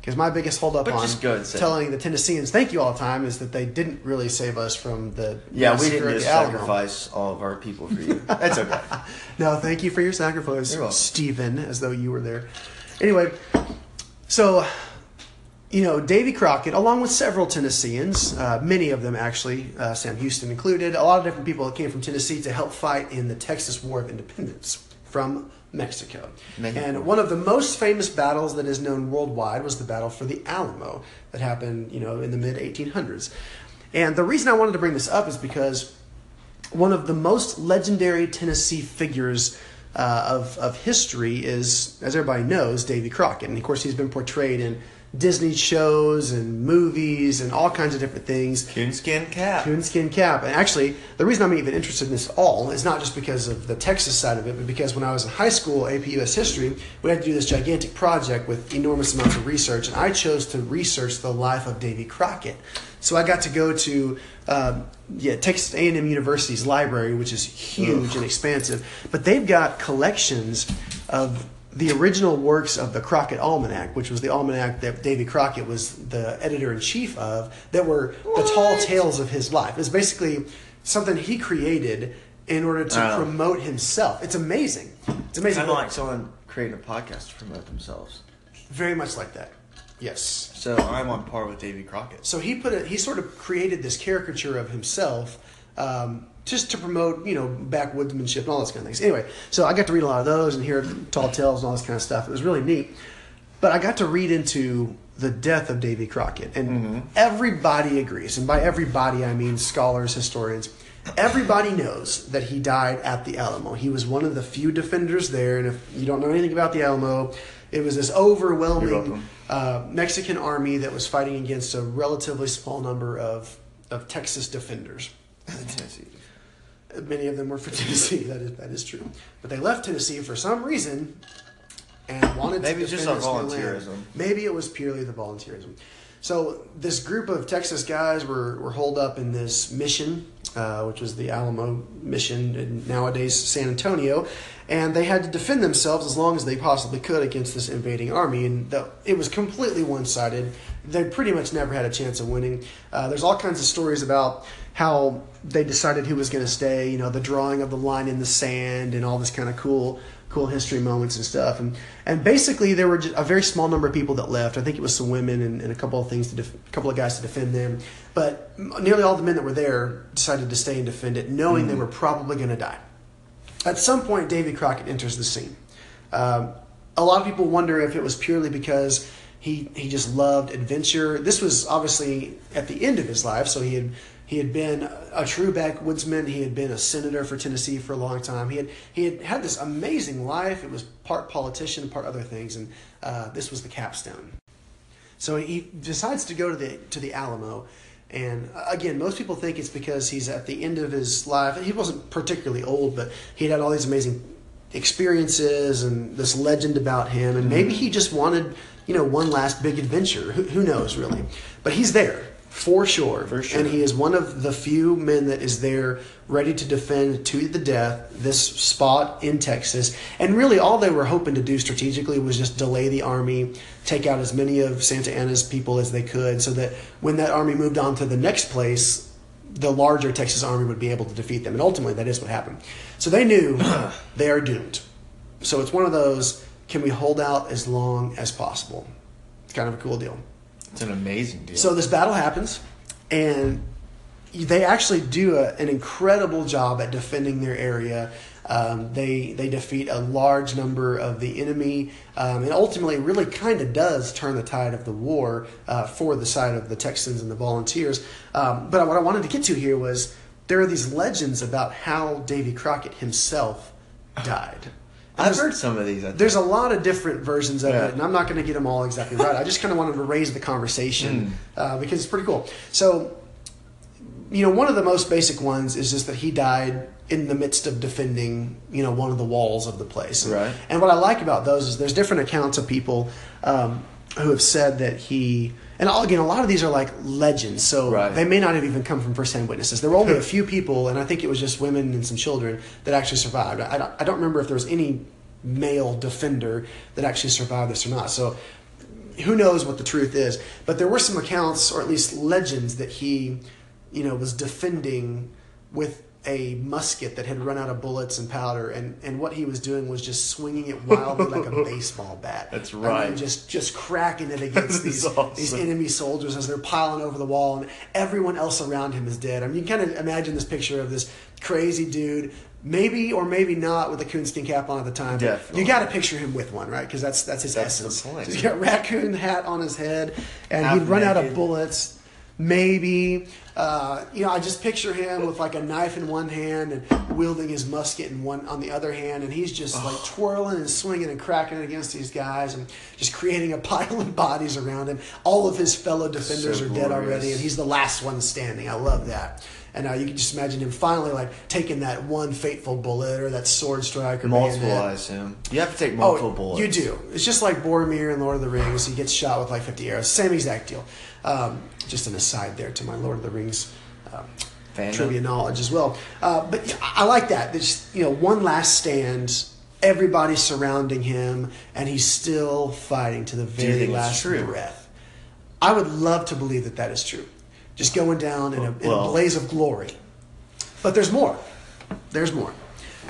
Speaker 2: Because my biggest holdup
Speaker 1: But
Speaker 2: on
Speaker 1: just go ahead and say
Speaker 2: telling the Tennesseans thank you all the time is that they didn't really save us from the
Speaker 1: Yeah, we
Speaker 2: massacre
Speaker 1: didn't
Speaker 2: at
Speaker 1: just
Speaker 2: the Alamo.
Speaker 1: sacrifice all of our people for you. That's okay.
Speaker 2: No, thank you for your sacrifice,
Speaker 1: You're welcome.
Speaker 2: Stephen, as though you were there. Anyway, so you know Davy Crockett, along with several Tennesseans, uh, many of them actually, uh, Sam Houston included, a lot of different people that came from Tennessee to help fight in the Texas War of Independence from Mexico.
Speaker 1: Mexico.
Speaker 2: And one of the most famous battles that is known worldwide was the battle for the Alamo that happened, you know, in the mid 1800s. And the reason I wanted to bring this up is because one of the most legendary Tennessee figures uh, of, of history is, as everybody knows, Davy Crockett. And of course, he's been portrayed in Disney shows and movies and all kinds of different things.
Speaker 1: Coonskin cap.
Speaker 2: Coonskin cap. And actually, the reason I'm even interested in this at all is not just because of the Texas side of it, but because when I was in high school, AP US History, we had to do this gigantic project with enormous amounts of research, and I chose to research the life of Davy Crockett. So I got to go to um, yeah Texas A&M University's library, which is huge and expansive, but they've got collections of the original works of the Crockett Almanac, which was the almanac that Davy Crockett was the editor in chief of, that were the tall tales of his life. It's basically something he created in order to
Speaker 1: Wow.
Speaker 2: promote himself. It's amazing. It's amazing.
Speaker 1: Kind of like someone creating a podcast to promote themselves.
Speaker 2: Very much like that. Yes.
Speaker 1: So I'm on par with Davy Crockett.
Speaker 2: So he put a, he sort of created this caricature of himself um, just to promote you know backwoodsmanship and all those kind of things. Anyway, so I got to read a lot of those and hear tall tales and all this kind of stuff. It was really neat. But I got to read into the death of Davy Crockett, and everybody agrees, and by everybody I mean scholars, historians. Everybody knows that he died at the Alamo. He was one of the few defenders there, and if you don't know anything about the Alamo, it was this overwhelming
Speaker 1: You're welcome.
Speaker 2: uh, Mexican army that was fighting against a relatively small number of, of Texas defenders.
Speaker 1: Tennessee.
Speaker 2: Many of them were for Tennessee. That is that is true. But they left Tennessee for some reason and wanted
Speaker 1: Maybe
Speaker 2: to
Speaker 1: it's just
Speaker 2: defend
Speaker 1: our
Speaker 2: this new land.
Speaker 1: volunteerism.
Speaker 2: Maybe it was purely the volunteerism. So this group of Texas guys were were holed up in this mission, uh, which was the Alamo mission, in nowadays San Antonio, and they had to defend themselves as long as they possibly could against this invading army. And the, it was completely one sided. They pretty much never had a chance of winning. Uh, there's all kinds of stories about how they decided who was going to stay. You know, the drawing of the line in the sand and all this kind of cool cool history moments and stuff. And and basically, there were ju- a very small number of people that left. I think it was some women and, and a couple of things to def- a couple of guys to defend them. But m- nearly all the men that were there decided to stay and defend it, knowing they were probably going to die. At some point, Davy Crockett enters the scene. Um, a lot of people wonder if it was purely because he he just loved adventure. This was obviously at the end of his life, so he had he had been a true backwoodsman. He had been a senator for Tennessee for a long time. He had he had had this amazing life. It was part politician, part other things, and uh, this was the capstone. So he decides to go to the to the Alamo, and uh, again, most people think it's because he's at the end of his life. He wasn't particularly old, but he had had all these amazing experiences and this legend about him, and maybe he just wanted you know one last big adventure. Who, who knows really? But he's there for sure,
Speaker 1: For sure.
Speaker 2: and he is one of the few men that is there ready to defend to the death this spot in Texas. And really, all they were hoping to do strategically was just delay the army, take out as many of Santa Anna's people as they could, so that when that army moved on to the next place, the larger Texas army would be able to defeat them. And ultimately, that is what happened. So they knew they are doomed. So it's one of those can we hold out as long as possible? kind of a cool deal.
Speaker 1: It's an amazing deal.
Speaker 2: So this battle happens, and they actually do a, an incredible job at defending their area. Um, they they defeat a large number of the enemy, um, and ultimately, really kind of does turn the tide of the war uh, for the side of the Texans and the Volunteers. Um, but what I wanted to get to here was there are these legends about how Davy Crockett himself died. And
Speaker 1: I've
Speaker 2: there's-
Speaker 1: heard some of these. I think.
Speaker 2: there's a lot of different versions of
Speaker 1: Yeah.
Speaker 2: it, and I'm not going to get them all exactly right. I just kind of wanted to raise the conversation
Speaker 1: Mm.
Speaker 2: uh, because it's pretty cool. So, you know, one of the most basic ones is just that he died in the midst of defending, you know, one of the walls of the place.
Speaker 1: Right.
Speaker 2: And what I like about those is there's different accounts of people um, who have said that he. And all, again, a lot of these are like legends, so
Speaker 1: Right.
Speaker 2: they may not have even come from first-hand witnesses. There were only a few people, and I think it was just women and some children that actually survived. I don't, I don't remember if there was any male defender that actually survived this or not. So who knows what the truth is? But there were some accounts, or at least legends, that he, you know, was defending with a musket that had run out of bullets and powder, and, and what he was doing was just swinging it wildly like a baseball bat.
Speaker 1: That's
Speaker 2: And then
Speaker 1: right.
Speaker 2: just just cracking it
Speaker 1: That's
Speaker 2: against these
Speaker 1: awesome.
Speaker 2: these enemy soldiers as they're piling over the wall, and everyone else around him is dead. I mean, you can kind of imagine this picture of this crazy dude, maybe or maybe not with a coonskin cap on at the time. but
Speaker 1: Definitely.
Speaker 2: You got to picture him with one, right? Because that's that's his
Speaker 1: That's the
Speaker 2: essence.
Speaker 1: point.
Speaker 2: So he's got a raccoon hat on his head, and
Speaker 1: Half
Speaker 2: he'd run out of
Speaker 1: naked.
Speaker 2: bullets. Maybe, uh, you know, I just picture him with like a knife in one hand and wielding his musket in one on the other hand, and he's just like twirling and swinging and cracking it against these guys and just creating a pile of bodies around him. All of his fellow defenders
Speaker 1: So
Speaker 2: are dead already,
Speaker 1: glorious.
Speaker 2: and he's the last one standing. I love that. And uh, you can just imagine him finally like taking that one fateful bullet or that sword strike or
Speaker 1: multiple.
Speaker 2: bayonet.
Speaker 1: I assume you have to take multiple bullets.
Speaker 2: Oh, You do. It's just like Boromir in Lord of the Rings. He gets shot with like 50 arrows. Same exact deal. Um, just an aside there to my Lord of the Rings um,
Speaker 1: Fandom.
Speaker 2: trivia knowledge as well. Uh, but yeah, I I like that. There's, you know, one last stand. Everybody surrounding him, and he's still fighting to the
Speaker 1: you
Speaker 2: very
Speaker 1: think it's
Speaker 2: last
Speaker 1: true?
Speaker 2: breath. I would love to believe that that is true. Just going down in a, in a
Speaker 1: Well-
Speaker 2: blaze of glory. But there's more. There's more.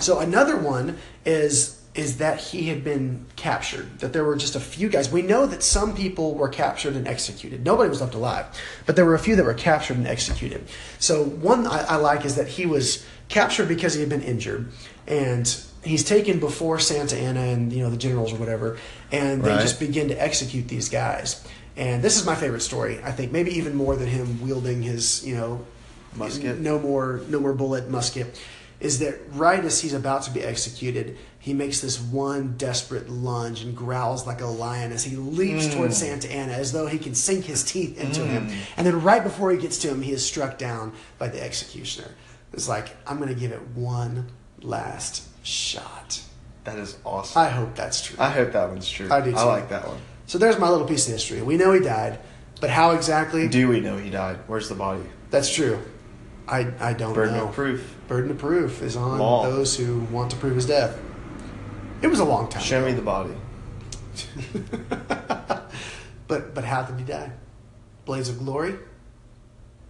Speaker 2: So another one is is that he had been captured. That there were just a few guys. We know that some people were captured and executed. Nobody was left alive, but there were a few that were captured and executed. So one I, I like is that he was captured because he had been injured, and he's taken before Santa Anna and you know the generals or whatever, and they
Speaker 1: Right.
Speaker 2: just begin to execute these guys. And this is my favorite story. I think maybe even more than him wielding his you know
Speaker 1: Musket.
Speaker 2: no more no more bullet musket is that right as he's about to be executed he makes this one desperate lunge and growls like a lion as he leaps
Speaker 1: Mm.
Speaker 2: towards santa anna as though he can sink his teeth into him and then right before he gets to him he is struck down by the executioner it's like i'm gonna give it one last shot
Speaker 1: That is awesome.
Speaker 2: i hope that's true
Speaker 1: I, hope that one's true.
Speaker 2: I do
Speaker 1: I
Speaker 2: too.
Speaker 1: like that one.
Speaker 2: so there's my little piece of history we know he died but how exactly
Speaker 1: Do we know he died? Where's the body?
Speaker 2: that's true i, I don't
Speaker 1: Burden
Speaker 2: know
Speaker 1: of proof.
Speaker 2: Burden of proof is on
Speaker 1: Law.
Speaker 2: those who want to prove his death. It was a long time.
Speaker 1: Show me the body.
Speaker 2: But but how did he die? Blaze of glory,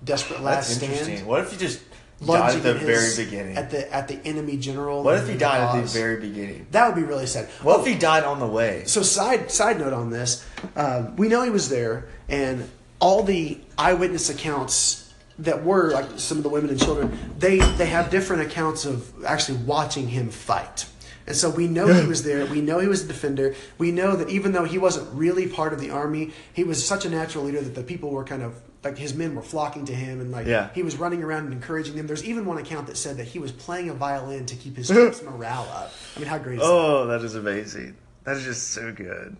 Speaker 2: desperate last
Speaker 1: That's interesting.
Speaker 2: stand.
Speaker 1: What if he just died
Speaker 2: lunging
Speaker 1: at the
Speaker 2: at
Speaker 1: very
Speaker 2: his-
Speaker 1: beginning?
Speaker 2: At the at the enemy general.
Speaker 1: what if he
Speaker 2: and
Speaker 1: died at the
Speaker 2: cause?
Speaker 1: very beginning?
Speaker 2: That would be really sad.
Speaker 1: What if he died on the way?
Speaker 2: So side side note on this, um, we know he was there, and all the eyewitness accounts that were like some of the women and children, they they have different accounts of actually watching him fight. And so we know he was there. We know he was a defender. We know that even though he wasn't really part of the army, he was such a natural leader that the people were kind of like his men were flocking to him, and like
Speaker 1: Yeah.
Speaker 2: he was running around and encouraging them. There's even one account that said that he was playing a violin to keep his troops' morale up. I mean, how great is that?
Speaker 1: Oh, that is amazing. That is just so good.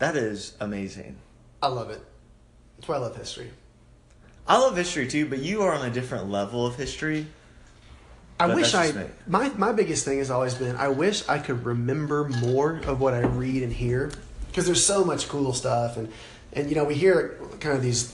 Speaker 1: That is amazing.
Speaker 2: I love it. That's why I love history.
Speaker 1: I love history too, but you are on a different level of history.
Speaker 2: I
Speaker 1: But
Speaker 2: wish
Speaker 1: that's
Speaker 2: I
Speaker 1: just me.
Speaker 2: my my biggest thing has always been I wish I could remember more of what I read and hear because there's so much cool stuff and and you know we hear kind of these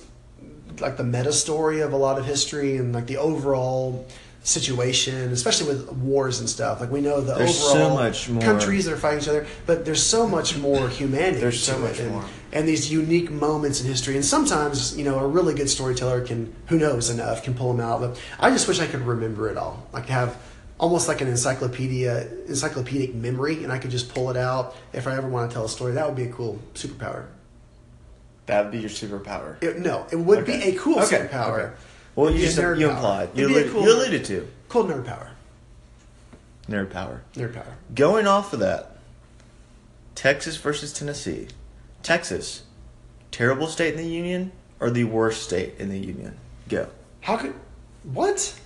Speaker 2: like the meta story of a lot of history and like the overall situation especially with wars and stuff like we know the
Speaker 1: There's so
Speaker 2: overall
Speaker 1: much more-
Speaker 2: countries that are fighting each other but there's so much more humanity
Speaker 1: There's so
Speaker 2: to it
Speaker 1: much
Speaker 2: and-
Speaker 1: more.
Speaker 2: and these unique moments in history. And sometimes, you know, a really good storyteller can, who knows enough, can pull them out. But I just wish I could remember it all, like have almost like an encyclopedia, encyclopedic memory, and I could just pull it out if I ever want to tell a story. That would be a cool superpower.
Speaker 1: That would be your superpower.
Speaker 2: It- no, it would be
Speaker 1: Okay.
Speaker 2: a cool
Speaker 1: Okay,
Speaker 2: superpower.
Speaker 1: okay. Well,
Speaker 2: It'd
Speaker 1: you
Speaker 2: be a
Speaker 1: just
Speaker 2: nerd
Speaker 1: you
Speaker 2: power.
Speaker 1: implied.
Speaker 2: It'd
Speaker 1: You
Speaker 2: be a
Speaker 1: alluded,
Speaker 2: cool
Speaker 1: you
Speaker 2: nerd.
Speaker 1: alluded to
Speaker 2: Cool nerd power.
Speaker 1: nerd power.
Speaker 2: Nerd power.
Speaker 1: Going off of that, Texas versus Tennessee. Texas, terrible state in the union or the worst state in the union? Go.
Speaker 2: How could what?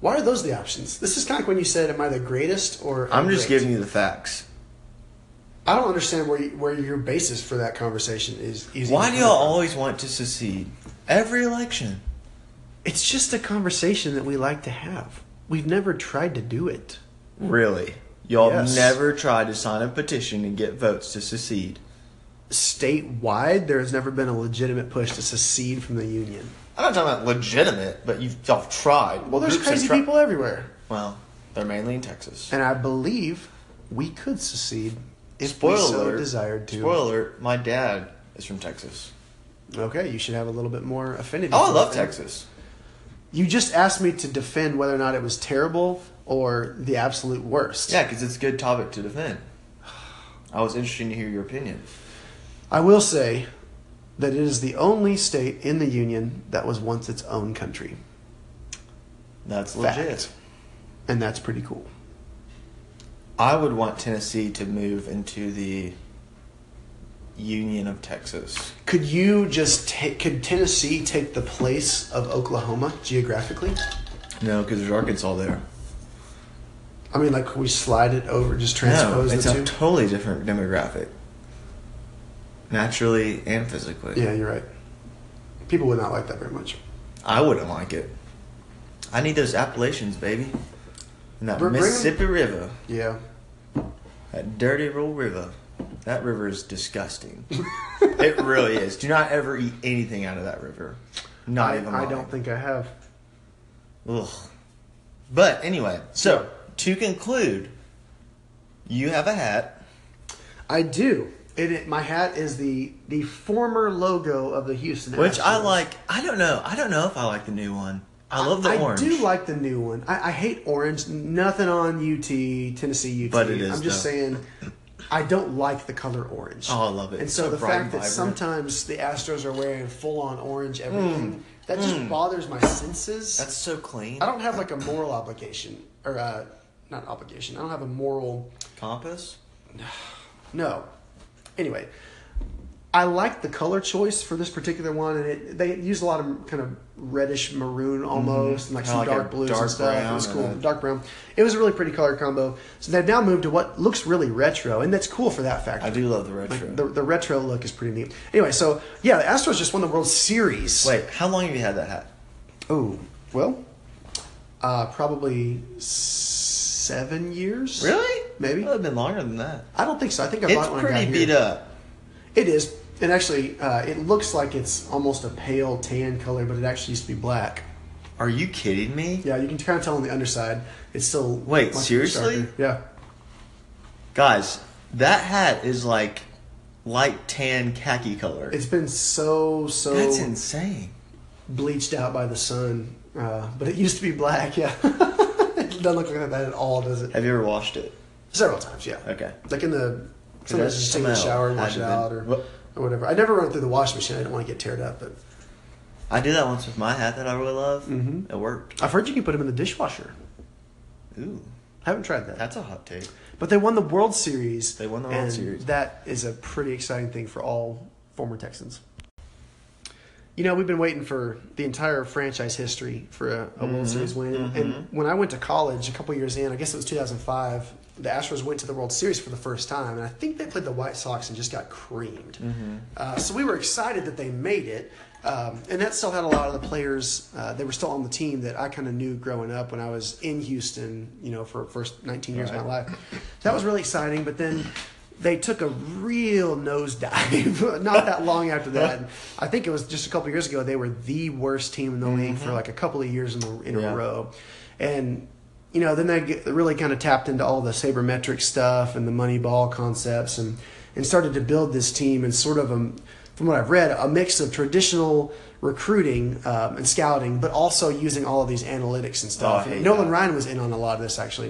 Speaker 2: Why are those the options? This is kind of like when you said, "Am I the greatest?" Or
Speaker 1: I'm just
Speaker 2: great?"
Speaker 1: giving you the facts.
Speaker 2: I don't understand where you, where your basis for that conversation is. is
Speaker 1: Why do
Speaker 2: even
Speaker 1: y'all
Speaker 2: coming from.
Speaker 1: always want to secede? Every election.
Speaker 2: It's just a conversation that we like to have. We've never tried to do it.
Speaker 1: Really? Y'all
Speaker 2: Yes.
Speaker 1: never tried to sign a petition and get votes to secede.
Speaker 2: Statewide, there has never been a legitimate push to secede from the union.
Speaker 1: I'm not talking about legitimate, but you've, y'all tried.
Speaker 2: Well, there's
Speaker 1: Groups have
Speaker 2: crazy
Speaker 1: tri-
Speaker 2: people everywhere,
Speaker 1: Well, they're mainly in Texas.
Speaker 2: and I believe we could secede if
Speaker 1: Spoiler
Speaker 2: we so
Speaker 1: alert.
Speaker 2: desired to.
Speaker 1: Spoiler alert, my dad is from Texas.
Speaker 2: Okay, you should have a little bit more affinity.
Speaker 1: Oh, I
Speaker 2: for
Speaker 1: love
Speaker 2: it.
Speaker 1: Texas.
Speaker 2: You just asked me to defend whether or not it was terrible or the absolute worst.
Speaker 1: Yeah, because it's a good topic to defend. I was interested to hear your opinion.
Speaker 2: I will say that it is the only state in the union that was once its own country.
Speaker 1: That's
Speaker 2: Fact.
Speaker 1: legit.
Speaker 2: And that's pretty cool.
Speaker 1: I would want Tennessee to move into the Union of Texas.
Speaker 2: Could you just take, could Tennessee take the place of Oklahoma geographically?
Speaker 1: No, because there's Arkansas there.
Speaker 2: I mean, like, could we slide it over, just
Speaker 1: No,
Speaker 2: transpose
Speaker 1: it's
Speaker 2: the
Speaker 1: a
Speaker 2: two?
Speaker 1: totally different demographic, naturally and physically.
Speaker 2: yeah, you're right. People would not like that very much.
Speaker 1: I wouldn't like it. I need those Appalachians, baby. And that
Speaker 2: Br- bring 'em-
Speaker 1: Mississippi River,
Speaker 2: Yeah.
Speaker 1: that dirty old river. That river is disgusting. it really is. Do not ever eat anything out of that river. Not
Speaker 2: I,
Speaker 1: even.
Speaker 2: I
Speaker 1: wine.
Speaker 2: don't think I have.
Speaker 1: Ugh. But anyway, so
Speaker 2: Yeah.
Speaker 1: to conclude, you have a hat.
Speaker 2: I do. It, it, my hat is the the former logo of the Houston
Speaker 1: Which I
Speaker 2: Astros.
Speaker 1: like. I don't know. I don't know if I like the new one. I love the orange.
Speaker 2: I do like the new one. I, I hate orange. Nothing on UT Tennessee UT.
Speaker 1: But it is,
Speaker 2: I'm just
Speaker 1: though.
Speaker 2: saying, I don't like the color orange.
Speaker 1: Oh, I love it.
Speaker 2: And
Speaker 1: It's
Speaker 2: so,
Speaker 1: so
Speaker 2: the
Speaker 1: bright
Speaker 2: fact
Speaker 1: and
Speaker 2: that
Speaker 1: vibrant.
Speaker 2: sometimes the Astros are wearing full on orange everything that just bothers my senses.
Speaker 1: Mm. That's so clean.
Speaker 2: I don't have like a moral obligation or uh, not obligation. I don't have a moral.
Speaker 1: Compass.
Speaker 2: No. Anyway, I like the color choice for this particular one, and it, they use a lot of kind of reddish maroon almost, and like
Speaker 1: Mm-hmm. Kinda
Speaker 2: some
Speaker 1: like a
Speaker 2: dark blues
Speaker 1: dark
Speaker 2: and stuff.
Speaker 1: brown
Speaker 2: it was cool,
Speaker 1: and a-
Speaker 2: dark brown. It was a really pretty color combo. So they've now moved to what looks really retro, and that's cool for that factor.
Speaker 1: I do love the retro.
Speaker 2: Like, the, the retro look is pretty neat. Anyway, so yeah, the Astros just won the World Series.
Speaker 1: Wait, how long have you had that hat?
Speaker 2: Oh, well, uh, probably seven years.
Speaker 1: Really?
Speaker 2: Maybe.
Speaker 1: It would have been longer than that.
Speaker 2: I don't think so. I think I
Speaker 1: It's
Speaker 2: bought one.
Speaker 1: pretty beat up.
Speaker 2: It is. And actually, uh, it looks like it's almost a pale tan color, but it actually used to be black.
Speaker 1: Are you kidding me?
Speaker 2: Yeah, you can kind of tell on the underside. It's still.
Speaker 1: Wait,
Speaker 2: much
Speaker 1: seriously?
Speaker 2: darker. Yeah.
Speaker 1: Guys, that hat is like light tan khaki color.
Speaker 2: It's been so, so
Speaker 1: That's insane.
Speaker 2: bleached out by the sun, uh, but it used to be black, yeah. it doesn't look like that at all, does it?
Speaker 1: Have you ever washed it?
Speaker 2: Several times, yeah.
Speaker 1: Okay.
Speaker 2: Like in the. Sometimes
Speaker 1: that's
Speaker 2: just take a
Speaker 1: smell.
Speaker 2: shower and wash
Speaker 1: Had
Speaker 2: it
Speaker 1: to
Speaker 2: out
Speaker 1: been-
Speaker 2: or,
Speaker 1: What-
Speaker 2: or whatever. I never run it through the washing machine. I don't want to get teared up, but.
Speaker 1: I did that once with my hat that I really love. Mm-hmm. It worked.
Speaker 2: I've heard you can put them in the dishwasher.
Speaker 1: Ooh,
Speaker 2: I haven't tried that.
Speaker 1: that's a hot take.
Speaker 2: But they won the World Series.
Speaker 1: They won the World
Speaker 2: and
Speaker 1: Series.
Speaker 2: That is a pretty exciting thing for all former Texans. You know, we've been waiting for the entire franchise history for a, a World Series win. And, and when I went to college a couple years in, I guess it was 2005, the Astros went to the World Series for the first time. And I think they played the White Sox and just got creamed. Uh, so we were excited that they made it. Um, and that still had a lot of the players. Uh, they were still on the team that I kind of knew growing up when I was in Houston. You know, for the first 19 years of my life, So that was really exciting. But then they took a real nosedive not that long after that. And I think it was just a couple years ago. They were the worst team in the league for like a couple of years in, the, in
Speaker 1: Mm-hmm. Yeah.
Speaker 2: a row, and. You know, then they get- really kind of tapped into all the sabermetric stuff and the money ball concepts and, and started to build this team and sort of a, from what I've read, a mix of traditional recruiting um, and scouting, but also using all of these analytics and stuff.
Speaker 1: Oh, I hate
Speaker 2: Nolan
Speaker 1: that.
Speaker 2: Ryan was in on a lot of this actually,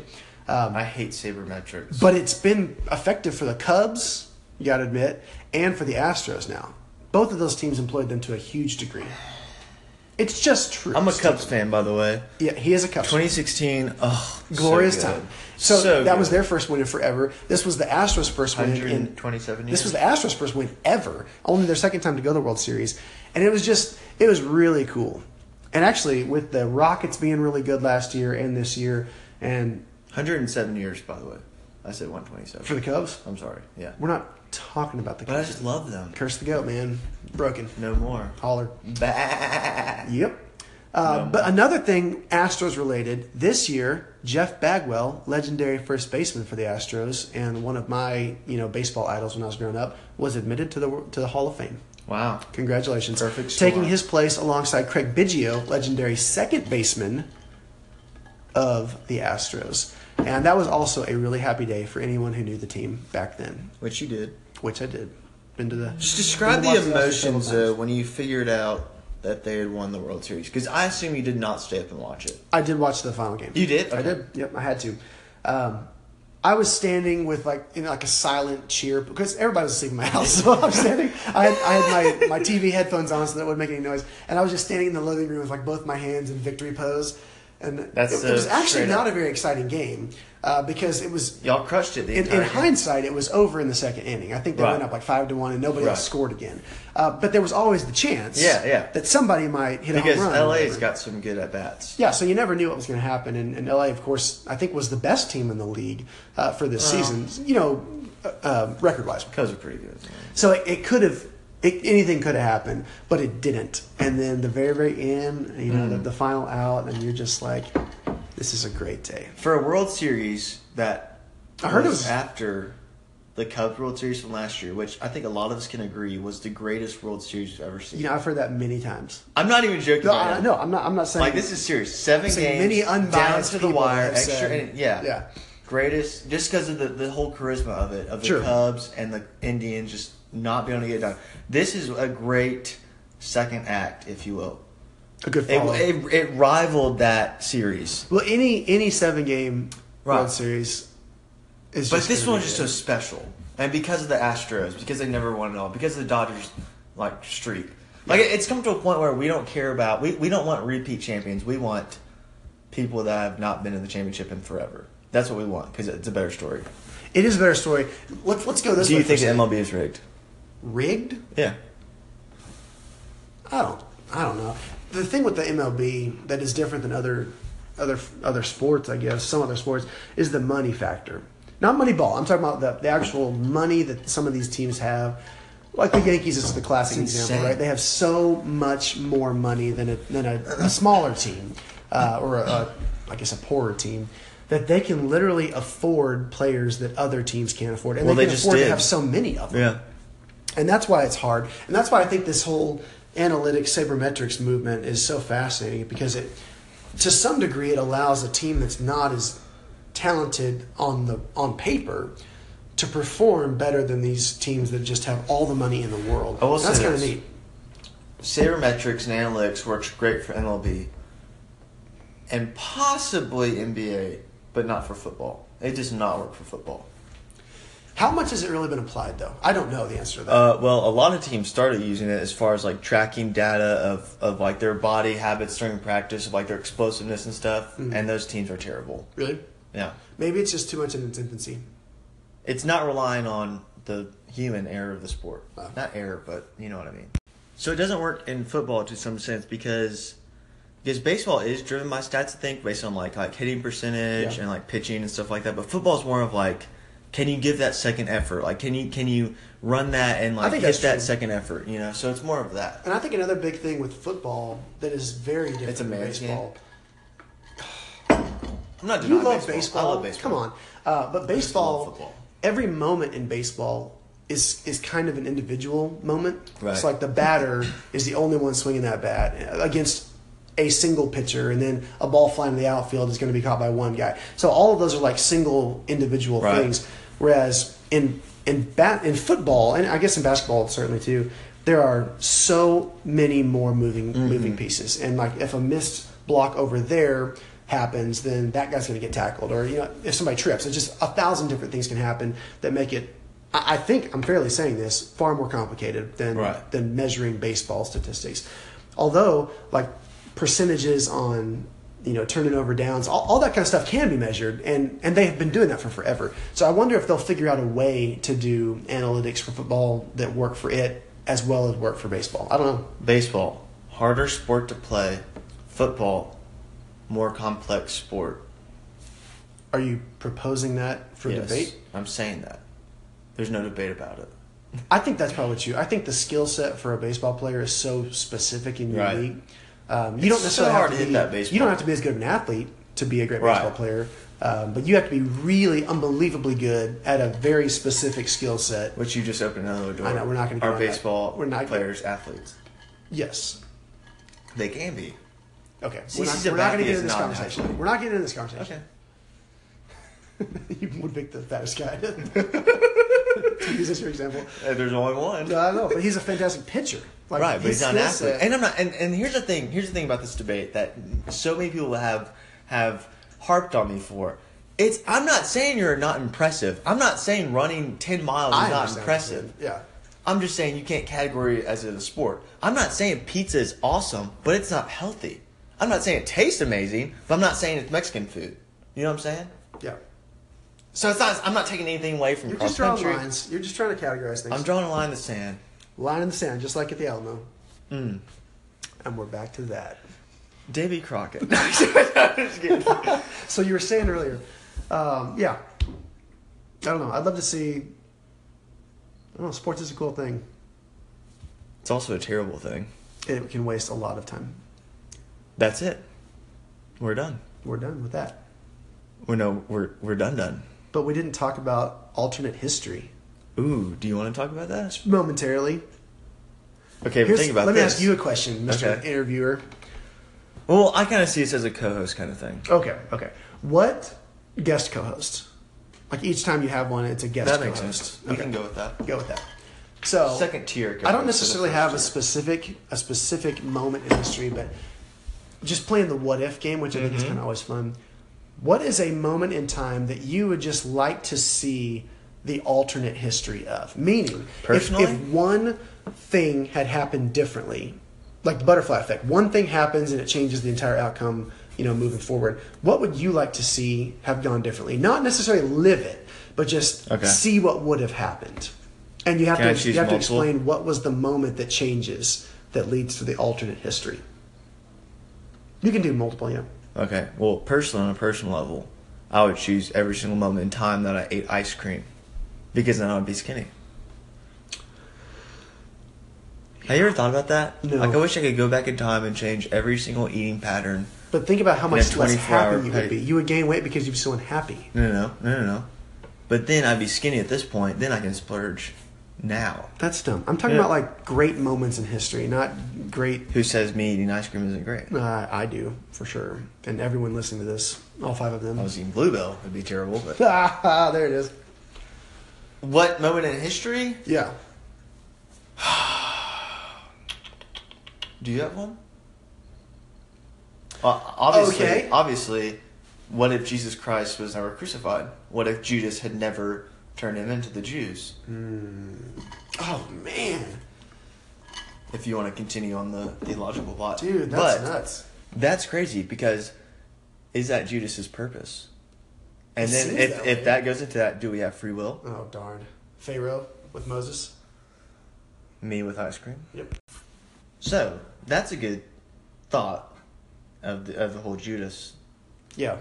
Speaker 2: Um,
Speaker 1: I hate sabermetrics.
Speaker 2: but it's been effective for the Cubs, you got to admit, and for the Astros now. Both of those teams employed them to a huge degree. It's just true.
Speaker 1: I'm a
Speaker 2: Stephen.
Speaker 1: Cubs fan, by the way.
Speaker 2: Yeah, he is a Cubs.
Speaker 1: 2016, oh,
Speaker 2: glorious
Speaker 1: so good.
Speaker 2: time. So, that was
Speaker 1: good.
Speaker 2: their first win in forever. This was the Astros' first win in
Speaker 1: 127
Speaker 2: This was
Speaker 1: years.
Speaker 2: the Astros' first win ever. Only their second time to go to the World Series, and it was just it was really cool. And actually, with the Rockets being really good last year and this year, and
Speaker 1: 107 years, by the way. I said 127.
Speaker 2: for the Cubs,
Speaker 1: I'm sorry. Yeah.
Speaker 2: we're not talking about the
Speaker 1: But I
Speaker 2: Cubs.
Speaker 1: just love them.
Speaker 2: Curse the goat, man. Broken.
Speaker 1: No more.
Speaker 2: Holler.
Speaker 1: Bah.
Speaker 2: Yep. Uh, But another thing, Astros related, this year, Jeff Bagwell, legendary first baseman for the Astros and one of my you know baseball idols when I was growing up, was admitted to the to the Hall of Fame.
Speaker 1: Wow.
Speaker 2: Congratulations.
Speaker 1: Perfect storm.
Speaker 2: Taking his place alongside Craig Biggio, legendary second baseman of the Astros. And that was also a really happy day for anyone who knew the team back then,
Speaker 1: Which you did.
Speaker 2: which I did. Been to the
Speaker 1: Just describe
Speaker 2: been to
Speaker 1: the
Speaker 2: watch Astros several
Speaker 1: emotions
Speaker 2: times.
Speaker 1: though when you figured out that they had won the World Series because I assume you did not stay up and watch it.
Speaker 2: I did watch the final game.
Speaker 1: You did?
Speaker 2: I
Speaker 1: Okay.
Speaker 2: did. Yep, I had to. Um, I was standing with like in like a silent cheer because everybody was asleep in my house, so I'm standing. I had, I had my, my TV headphones on so that wouldn't make any noise, and I was just standing in the living room with like both my hands in victory pose, and
Speaker 1: That's,
Speaker 2: it, it was
Speaker 1: uh,
Speaker 2: actually
Speaker 1: straight
Speaker 2: not
Speaker 1: up.
Speaker 2: a very exciting game uh, because it was
Speaker 1: Y'all crushed it the
Speaker 2: in,
Speaker 1: entire
Speaker 2: in
Speaker 1: game.
Speaker 2: hindsight, it was over in the second inning. I think they
Speaker 1: Right.
Speaker 2: went up like five to one, and nobody
Speaker 1: Right.
Speaker 2: else scored again. Uh, but there was always the chance,
Speaker 1: Yeah, yeah.
Speaker 2: that somebody might hit
Speaker 1: because
Speaker 2: a home run. or
Speaker 1: LA's
Speaker 2: whatever.
Speaker 1: got some good at bats.
Speaker 2: Yeah, so you never knew what was going to happen, and, and LA, of course, I think was the best team in the league uh, for this season. You know, uh, uh, record wise.
Speaker 1: Cubs are pretty good.
Speaker 2: So it, it could have it, anything could have happened, but it didn't. And then the very very end, you know, the,
Speaker 1: Mm.
Speaker 2: the final out, and you're just like, this is a great day.
Speaker 1: For a World Series that
Speaker 2: I heard it was-
Speaker 1: after the Cubs World Series from last year, which I think a lot of us can agree was the greatest World Series we've ever seen.
Speaker 2: You know, I've heard that many times.
Speaker 1: I'm not even joking.
Speaker 2: No,
Speaker 1: right
Speaker 2: I,
Speaker 1: now.
Speaker 2: no, I'm not. I'm not saying
Speaker 1: Like this is serious. Seven
Speaker 2: It's like
Speaker 1: games,
Speaker 2: many
Speaker 1: down
Speaker 2: unbiased
Speaker 1: to the
Speaker 2: people
Speaker 1: wire,
Speaker 2: have
Speaker 1: extra.
Speaker 2: said-
Speaker 1: inning- yeah,
Speaker 2: Yeah.
Speaker 1: Greatest, just because of the, the whole charisma of it, of the
Speaker 2: Sure.
Speaker 1: Cubs and the Indians just not being able to get it done. This is a great second act, if you will.
Speaker 2: a good
Speaker 1: It,
Speaker 2: follow.
Speaker 1: it, it rivaled that series,
Speaker 2: well, any any seven game
Speaker 1: Right.
Speaker 2: World Series is.
Speaker 1: but
Speaker 2: just
Speaker 1: this
Speaker 2: gonna
Speaker 1: one's
Speaker 2: be
Speaker 1: just
Speaker 2: good.
Speaker 1: so special, and because of the Astros, because they never won it all, because of the Dodgers like streak. Like it- it's come to a point where we don't care about we, we don't want repeat champions. We want people that have not been in the championship in forever. That's what we want because it's a better story.
Speaker 2: It is a better story. Let's let's go this
Speaker 1: Do
Speaker 2: way.
Speaker 1: you
Speaker 2: for
Speaker 1: think
Speaker 2: a
Speaker 1: the
Speaker 2: second.
Speaker 1: MLB is rigged?
Speaker 2: rigged?
Speaker 1: Yeah.
Speaker 2: I don't. I don't know. The thing with the MLB that is different than other other other sports, I guess, some other sports, is the money factor. Not money ball. I'm talking about the, the actual money that some of these teams have. Like the Yankees is the classic
Speaker 1: It's
Speaker 2: example,
Speaker 1: insane.
Speaker 2: right? They have so much more money than a, than a, a smaller team, uh, or a, a, I guess a poorer team, that they can literally afford players that other teams can't afford, and
Speaker 1: Well,
Speaker 2: they
Speaker 1: they
Speaker 2: can
Speaker 1: just
Speaker 2: afford to
Speaker 1: did.
Speaker 2: have so many of them.
Speaker 1: Yeah.
Speaker 2: And that's why it's hard. And that's why I think this whole analytics sabermetrics movement is so fascinating because it to some degree it allows a team that's not as talented on the on paper to perform better than these teams that just have all the money in the world.
Speaker 1: I will
Speaker 2: that's
Speaker 1: say
Speaker 2: kind of
Speaker 1: this.
Speaker 2: neat.
Speaker 1: Sabermetrics and analytics works great for MLB and possibly NBA, but not for football. It does not work for football.
Speaker 2: How much has it really been applied though? I don't know the answer to that.
Speaker 1: Uh, well, a lot of teams started using it as far as like tracking data of, of like their body habits during practice, of like their explosiveness and stuff.
Speaker 2: Mm-hmm.
Speaker 1: And those teams are terrible.
Speaker 2: really?
Speaker 1: Yeah,
Speaker 2: Maybe it's just too much in its infancy.
Speaker 1: it's not relying on the human error of the sport.
Speaker 2: Wow.
Speaker 1: Not error, but you know what I mean. So it doesn't work in football to some sense because because baseball is driven by stats. I think based on like like hitting percentage
Speaker 2: Yeah.
Speaker 1: and like pitching and stuff like that. But football's more of like. Can you give that second effort? Like, can you can you run that and like
Speaker 2: think
Speaker 1: hit
Speaker 2: that's
Speaker 1: that
Speaker 2: true.
Speaker 1: second effort? You know, so it's more of that.
Speaker 2: And I think another big thing with football that is very different
Speaker 1: It's a
Speaker 2: from
Speaker 1: man's game.
Speaker 2: baseball.
Speaker 1: I'm not
Speaker 2: You
Speaker 1: denying
Speaker 2: love baseball.
Speaker 1: baseball. I love baseball.
Speaker 2: Come on, uh, but
Speaker 1: love
Speaker 2: baseball.
Speaker 1: football.
Speaker 2: Every moment in baseball is is kind of an individual moment.
Speaker 1: Right.
Speaker 2: It's like the batter is the only one swinging that bat against a single pitcher, and then a ball flying to the outfield is going to be caught by one guy. So all of those are like single individual
Speaker 1: Right.
Speaker 2: things. Whereas in in bat in football, and I guess in basketball certainly too, there are so many more moving moving pieces. And like if a missed block over there happens, then that guy's going to get tackled, or you know if somebody trips, it's just a thousand different things can happen that make it I I think I'm fairly saying this far more complicated than
Speaker 1: Right.
Speaker 2: than measuring baseball statistics. Although, like percentages on you know turning over downs, all, all that kind of stuff can be measured, and and they have been doing that for forever. So I wonder if they'll figure out a way to do analytics for football that work for it as well as work for baseball. I don't know.
Speaker 1: Baseball, harder sport to play. Football, more complex sport.
Speaker 2: Are you proposing that for debate?
Speaker 1: I'm saying that. There's no debate about it.
Speaker 2: I think that's probably true. I think the skill set for a baseball player is so specific and
Speaker 1: Right.
Speaker 2: unique. Um, you don't
Speaker 1: so
Speaker 2: necessarily
Speaker 1: hard
Speaker 2: have
Speaker 1: to
Speaker 2: to
Speaker 1: hit
Speaker 2: be,
Speaker 1: that baseball.
Speaker 2: You don't have to be as good an athlete to be a great
Speaker 1: Right.
Speaker 2: baseball player, um, but you have to be really unbelievably good at a very specific skill set.
Speaker 1: Which you just opened another door.
Speaker 2: I know, we're not gonna go
Speaker 1: Our
Speaker 2: on that.
Speaker 1: baseball
Speaker 2: We're not-
Speaker 1: players, athletes.
Speaker 2: Yes.
Speaker 1: They can be.
Speaker 2: Okay.
Speaker 1: CC
Speaker 2: We're not,
Speaker 1: Sabathia
Speaker 2: going to get
Speaker 1: is
Speaker 2: into this
Speaker 1: not an
Speaker 2: conversation.
Speaker 1: athlete.
Speaker 2: We're not getting into this conversation. you would pick the fattest guy. to use as your example.
Speaker 1: Uh, There's only one.
Speaker 2: No, I don't know, but he's a fantastic pitcher. Like,
Speaker 1: right, but
Speaker 2: his
Speaker 1: he's not an
Speaker 2: skill
Speaker 1: athlete.
Speaker 2: set-
Speaker 1: And I'm not. And, and here's the thing. Here's the thing about this debate that so many people have have harped on me for. It's. I'm not saying you're not impressive. I'm not saying running ten miles
Speaker 2: I
Speaker 1: is not
Speaker 2: understand.
Speaker 1: impressive.
Speaker 2: Yeah.
Speaker 1: I'm just saying you can't categorize it as a sport. I'm not saying pizza is awesome, but it's not healthy. I'm not saying it tastes amazing, but I'm not saying it's Mexican food. You know what I'm saying?
Speaker 2: Yeah.
Speaker 1: So it's not. I'm not taking anything away from
Speaker 2: You're
Speaker 1: cross
Speaker 2: just drawing
Speaker 1: country.
Speaker 2: lines. You're just trying to categorize things.
Speaker 1: I'm drawing a line in the sand.
Speaker 2: Line in the sand, just like at the Alamo.
Speaker 1: Hmm.
Speaker 2: And we're back to that.
Speaker 1: Davy Crockett.
Speaker 2: So you were saying earlier, um, yeah. I don't know. I'd love to see. I don't know. Sports is a cool thing.
Speaker 1: it's also a terrible thing.
Speaker 2: It can waste a lot of time.
Speaker 1: That's it. We're done.
Speaker 2: We're done with that.
Speaker 1: We're no. We're we're done. Done.
Speaker 2: But we didn't talk about alternate history
Speaker 1: Ooh. Do you want to talk about that?
Speaker 2: momentarily.
Speaker 1: Okay. But
Speaker 2: Here's-
Speaker 1: think about
Speaker 2: let me
Speaker 1: this.
Speaker 2: ask you a question, Mr.
Speaker 1: Okay.
Speaker 2: Interviewer.
Speaker 1: Well, I kind of see this as a co-host kind of thing.
Speaker 2: Okay, okay. What guest co host? Like each time you have one, it's a guest
Speaker 1: That
Speaker 2: co
Speaker 1: makes
Speaker 2: host.
Speaker 1: sense. We can go with that.
Speaker 2: go with that. So
Speaker 1: Second tier.
Speaker 2: I
Speaker 1: compared to
Speaker 2: don't
Speaker 1: the
Speaker 2: necessarily
Speaker 1: first
Speaker 2: have a
Speaker 1: tier.
Speaker 2: specific a specific moment in history, but just playing the what if game, which I
Speaker 1: Mm-hmm.
Speaker 2: think is kind of always fun. What is a moment in time that you would just like to see the alternate history of? Meaning, if,
Speaker 1: Personally?
Speaker 2: if one thing had happened differently, like the butterfly effect, one thing happens and it changes the entire outcome, you know, moving forward. What would you like to see have gone differently? Not necessarily live it, but just
Speaker 1: Okay.
Speaker 2: see what would have happened. And you have
Speaker 1: Can I
Speaker 2: to
Speaker 1: choose
Speaker 2: you have to
Speaker 1: multiple?
Speaker 2: explain what was the moment that changes that leads to the alternate history. You can do multiple, yeah.
Speaker 1: Okay. Well, personally, on a personal level, I would choose every single moment in time that I ate ice cream, because then I would be skinny. Have you ever thought about that?
Speaker 2: No.
Speaker 1: Like, I wish I could go back in time and change every single eating pattern.
Speaker 2: But think about how
Speaker 1: a
Speaker 2: much less
Speaker 1: 24 hour
Speaker 2: happy you would
Speaker 1: pay-
Speaker 2: be. You would gain weight because you'd be so unhappy.
Speaker 1: No, no, no, no, no. But then I'd be skinny at this point. Then I can splurge now.
Speaker 2: That's dumb. I'm talking
Speaker 1: Yeah.
Speaker 2: about like great moments in history, not great.
Speaker 1: Who says me eating ice cream isn't great?
Speaker 2: Uh, I do for sure, and everyone listening to this, all five of them.
Speaker 1: I was eating Bluebell. It'd be terrible. But
Speaker 2: Ah, there it is.
Speaker 1: what moment in history?
Speaker 2: Yeah.
Speaker 1: Do you have one? Uh, obviously,
Speaker 2: Okay.
Speaker 1: obviously, what if Jesus Christ was never crucified? What if Judas had never turned him into the Jews?
Speaker 2: Oh man,
Speaker 1: If you want to continue on the theological plot,
Speaker 2: dude, that's
Speaker 1: but
Speaker 2: nuts.
Speaker 1: that's crazy because is that Judas's purpose? And
Speaker 2: It
Speaker 1: then
Speaker 2: seems
Speaker 1: if
Speaker 2: that
Speaker 1: if
Speaker 2: way.
Speaker 1: that goes into that, do we have free will?
Speaker 2: Oh darn. Pharaoh with Moses.
Speaker 1: Me with ice cream.
Speaker 2: Yep.
Speaker 1: So that's a good thought of the, of the whole Judas.
Speaker 2: Yeah.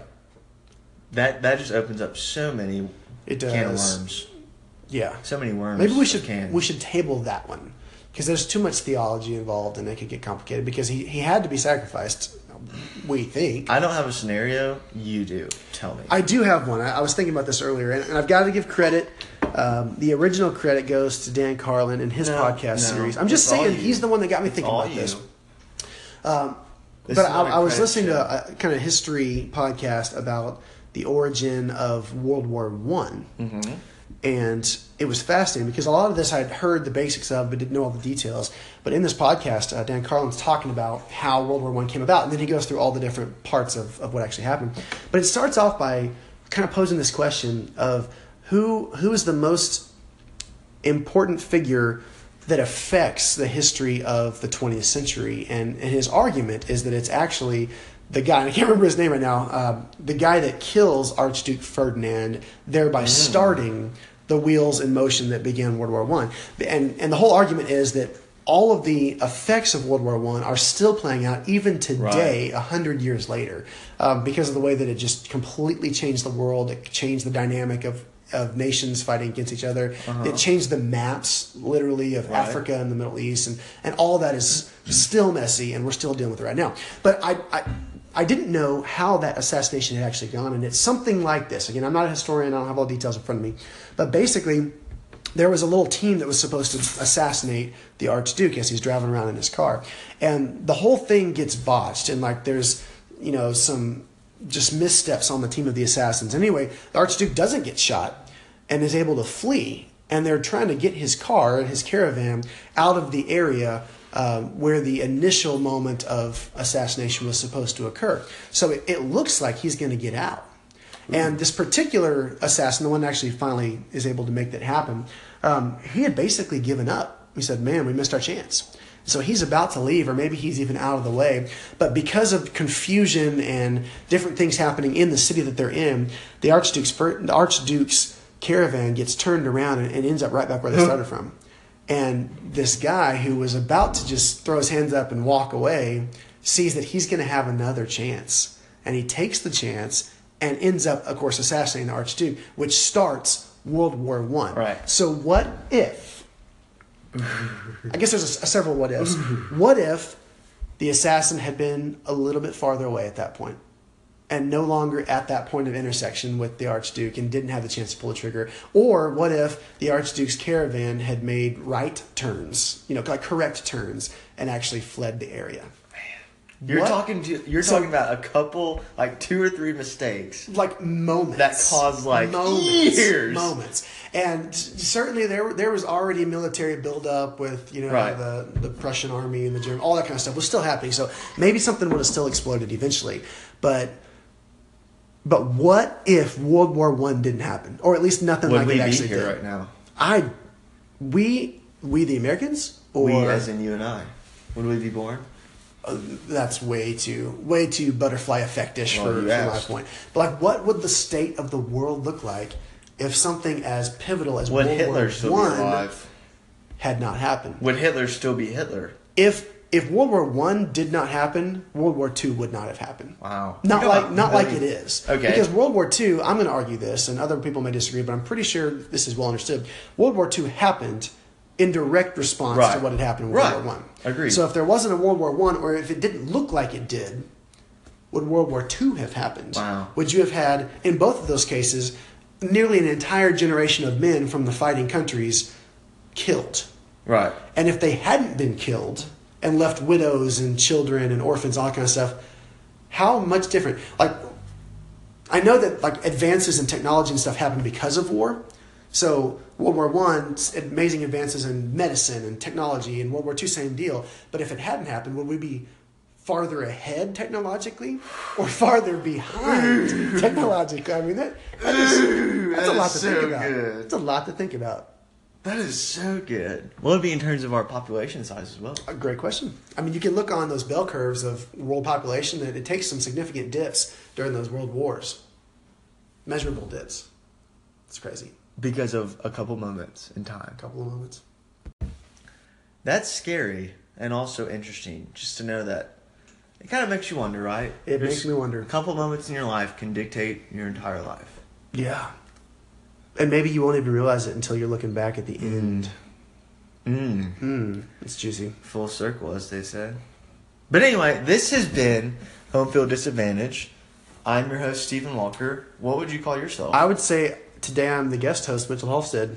Speaker 1: That that just opens up so many
Speaker 2: It
Speaker 1: can of
Speaker 2: does.
Speaker 1: worms.
Speaker 2: Yeah.
Speaker 1: So many worms.
Speaker 2: Maybe we should
Speaker 1: Can.
Speaker 2: we should table that one because there's too much theology involved and it could get complicated because he, he had to be sacrificed. We think.
Speaker 1: I don't have a scenario. You do. Tell me.
Speaker 2: I do have one. I, I was thinking about this earlier, and, and I've got to give credit. Um, the original credit goes to Dan Carlin and his
Speaker 1: No,
Speaker 2: podcast
Speaker 1: no.
Speaker 2: series. I'm just
Speaker 1: It's all
Speaker 2: saying
Speaker 1: you.
Speaker 2: he's the one that got me thinking
Speaker 1: All
Speaker 2: about
Speaker 1: you.
Speaker 2: this.
Speaker 1: This
Speaker 2: Um, but
Speaker 1: is
Speaker 2: I,
Speaker 1: not a
Speaker 2: I was
Speaker 1: credit
Speaker 2: listening
Speaker 1: show.
Speaker 2: to a kind of history podcast about the origin of World War One,
Speaker 1: Mm-hmm.
Speaker 2: and it was fascinating because a lot of this I'd heard the basics of, but didn't know all the details. But in this podcast, uh, Dan Carlin's talking about how World War One came about, and then he goes through all the different parts of, of what actually happened. But it starts off by kind of posing this question of who who is the most important figure that affects the history of the 20th century. And, and his argument is that it's actually the guy, and I can't remember his name right now, uh, the guy that kills Archduke Ferdinand, thereby starting the wheels in motion that began World War One. And, and the whole argument is that all of the effects of World War One are still playing out even today, a hundred years later, um, because of the way that it just completely changed the world. It changed the dynamic of of nations fighting against each other. It changed the maps, literally, of Africa and the Middle East, and and all that is still messy, and we're still dealing with it right now. But I. I I didn't know how that assassination had actually gone, and it's something like this. Again, I'm not a historian; I don't have all the details in front of me, but basically, there was a little team that was supposed to assassinate the Archduke as he's driving around in his car. And the whole thing gets botched, and like there's, you know, some just missteps on the team of the assassins. Anyway, the Archduke doesn't get shot and is able to flee. And they're trying to get his car and his caravan out of the area um, where the initial moment of assassination was supposed to occur. So it, it looks like he's going to get out. And this particular assassin, the one that actually finally is able to make that happen, um, he had basically given up. He said, Man, we missed our chance. So he's about to leave, or maybe he's even out of the way. But because of confusion and different things happening in the city that they're in, the Archduke's, fir- the Archduke's caravan gets turned around and, and ends up right back where they started from. And this guy who was about to just throw his hands up and walk away sees that he's going to have another chance. And he takes the chance and ends up, of course, assassinating the Archduke, which starts World War One.
Speaker 1: Right.
Speaker 2: So what if? I guess there's a, s- several what ifs. what if the assassin had been a little bit farther away at that point? and no longer at that point of intersection with the Archduke and didn't have the chance to pull the trigger? Or what if the Archduke's caravan had made right turns, you know, like correct turns, and actually fled the area?
Speaker 1: You're
Speaker 2: What?
Speaker 1: talking to, you're
Speaker 2: So-
Speaker 1: talking about a couple, like two or three mistakes.
Speaker 2: like moments
Speaker 1: That caused, like,
Speaker 2: moments,
Speaker 1: years.
Speaker 2: moments, and s- certainly there were- there was already military buildup with you know
Speaker 1: Right.
Speaker 2: the the Prussian army and the German, all that kind of stuff was still happening. So maybe something would have still exploded eventually, but. But what if World War One didn't happen, or at least nothing
Speaker 1: Would
Speaker 2: like
Speaker 1: we
Speaker 2: it
Speaker 1: be
Speaker 2: actually
Speaker 1: here
Speaker 2: did?
Speaker 1: right now?
Speaker 2: I, we, we the Americans, or
Speaker 1: We, as in you and I. Would we be born?
Speaker 2: that's way too way too butterfly effectish
Speaker 1: Well,
Speaker 2: for,
Speaker 1: you
Speaker 2: for my
Speaker 1: asked.
Speaker 2: point. But like, what would the state of the world look like if something as pivotal as
Speaker 1: Would
Speaker 2: World
Speaker 1: Hitler
Speaker 2: War
Speaker 1: still
Speaker 2: One
Speaker 1: be alive?
Speaker 2: had not happened?
Speaker 1: Would Hitler still be Hitler?
Speaker 2: If if World War One did not happen, World War Two would not have happened.
Speaker 1: Wow.
Speaker 2: Not
Speaker 1: You're
Speaker 2: like
Speaker 1: not
Speaker 2: not like it
Speaker 1: really-
Speaker 2: is.
Speaker 1: Okay.
Speaker 2: Because World War Two, I'm going to argue this, and other people may disagree, but I'm pretty sure this is well understood. World War Two happened in direct response to
Speaker 1: Right.
Speaker 2: what had happened in World
Speaker 1: Right.
Speaker 2: War One.
Speaker 1: Agreed.
Speaker 2: So if there wasn't a World War One, or if it didn't look like it did, would World War Two have happened?
Speaker 1: Wow.
Speaker 2: Would you have had in both of those cases nearly an entire generation of men from the fighting countries killed?
Speaker 1: Right.
Speaker 2: And if they hadn't been killed and left widows and children and orphans, all that kind of stuff, how much different? Like, I know that like advances in technology and stuff happened because of war. So World War One, s- amazing advances in medicine and technology, and World War Two, same deal. But if it hadn't happened, would we be farther ahead technologically or farther behind technologically? I mean, that, that is, that's a
Speaker 1: That
Speaker 2: lot
Speaker 1: is
Speaker 2: to think
Speaker 1: so
Speaker 2: about.
Speaker 1: good.
Speaker 2: It's a lot to think about.
Speaker 1: That is so good. What would it be in terms of our population size as well?
Speaker 2: A great question. I mean, you can look on those bell curves of world population, and it takes some significant dips during those world wars. Measurable dips. It's crazy.
Speaker 1: Because of a couple moments in time.
Speaker 2: A couple of moments.
Speaker 1: That's scary and also interesting just to know that. It kind of makes you wonder, right?
Speaker 2: It makes me wonder.
Speaker 1: A couple moments in your life can dictate your entire life.
Speaker 2: Yeah. And maybe you won't even realize it until you're looking back at the end.
Speaker 1: Mm.
Speaker 2: Hmm. It's juicy.
Speaker 1: Full circle, as they said. But anyway, this has been Home Field Disadvantage. I'm your host, Stephen Walker. What would you call yourself?
Speaker 2: I would say today I'm the guest host, Mitchell Halstead,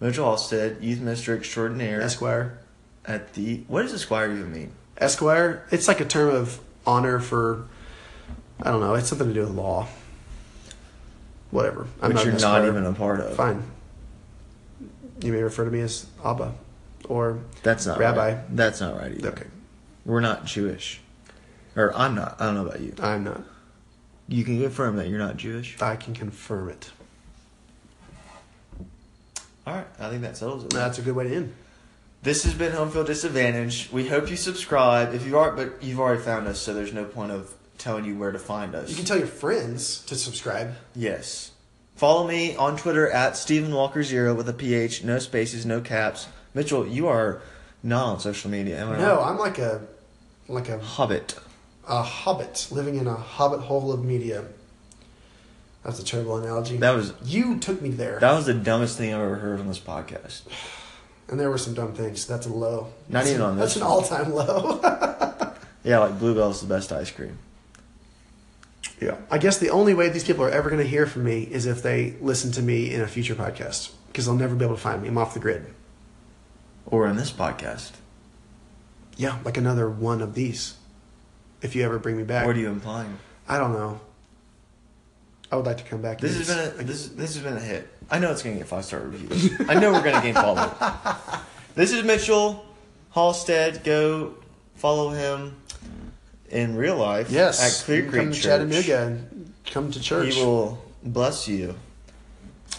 Speaker 1: Mitchell Halstead, Youth Minister Extraordinaire
Speaker 2: Esquire.
Speaker 1: at the. What does Esquire even mean?
Speaker 2: Esquire, it's like a term of honor for, I don't know, it's something to do with law. Whatever.
Speaker 1: Which
Speaker 2: an
Speaker 1: you're not
Speaker 2: esquire.
Speaker 1: even a part of.
Speaker 2: Fine. You may refer to me as Abba or
Speaker 1: That's not
Speaker 2: Rabbi.
Speaker 1: right. That's not right either.
Speaker 2: Okay,
Speaker 1: We're not Jewish. Or I'm not. I don't know about you.
Speaker 2: I'm not.
Speaker 1: You can confirm that you're not Jewish.
Speaker 2: I can confirm it.
Speaker 1: All right, I think that settles it.
Speaker 2: That's a good way to end.
Speaker 1: This has been Home Field Disadvantage. We hope you subscribe. If you aren't, but you've already found us, so there's no point of telling you where to find us.
Speaker 2: You can tell your friends to subscribe.
Speaker 1: Yes. Follow me on Twitter at Stephen Walker Zero with a PH, no spaces, no caps. Mitchell, you are not on social media. Am I
Speaker 2: No,
Speaker 1: right?
Speaker 2: I'm like a like a,
Speaker 1: Hobbit.
Speaker 2: a hobbit living in a hobbit hole of media. That's a terrible analogy.
Speaker 1: That was
Speaker 2: you took me there,
Speaker 1: that was the dumbest thing I've ever heard on this podcast.
Speaker 2: and there were some dumb things. That's a low.
Speaker 1: Not
Speaker 2: That's
Speaker 1: even
Speaker 2: a-
Speaker 1: on
Speaker 2: That's
Speaker 1: this
Speaker 2: an all-time low.
Speaker 1: Yeah, like Bluebell's the best ice cream. Yeah.
Speaker 2: I guess the only way these people are ever going to hear from me is if they listen to me in a future podcast because they'll never be able to find me. I'm off the grid.
Speaker 1: Or in this podcast.
Speaker 2: Yeah, like another one of these. If you ever bring me back,
Speaker 1: What are you implying?
Speaker 2: I don't know. I would like to come back.
Speaker 1: This
Speaker 2: to
Speaker 1: has been a this this has been a hit. I know it's gonna get five star reviews. I know we're gonna gain follow. This is Mitchell Halstead. Go follow him in real life.
Speaker 2: yes
Speaker 1: at Clear
Speaker 2: you
Speaker 1: Creek
Speaker 2: can come
Speaker 1: Church.
Speaker 2: to Chattanooga. And come to church.
Speaker 1: He will bless you.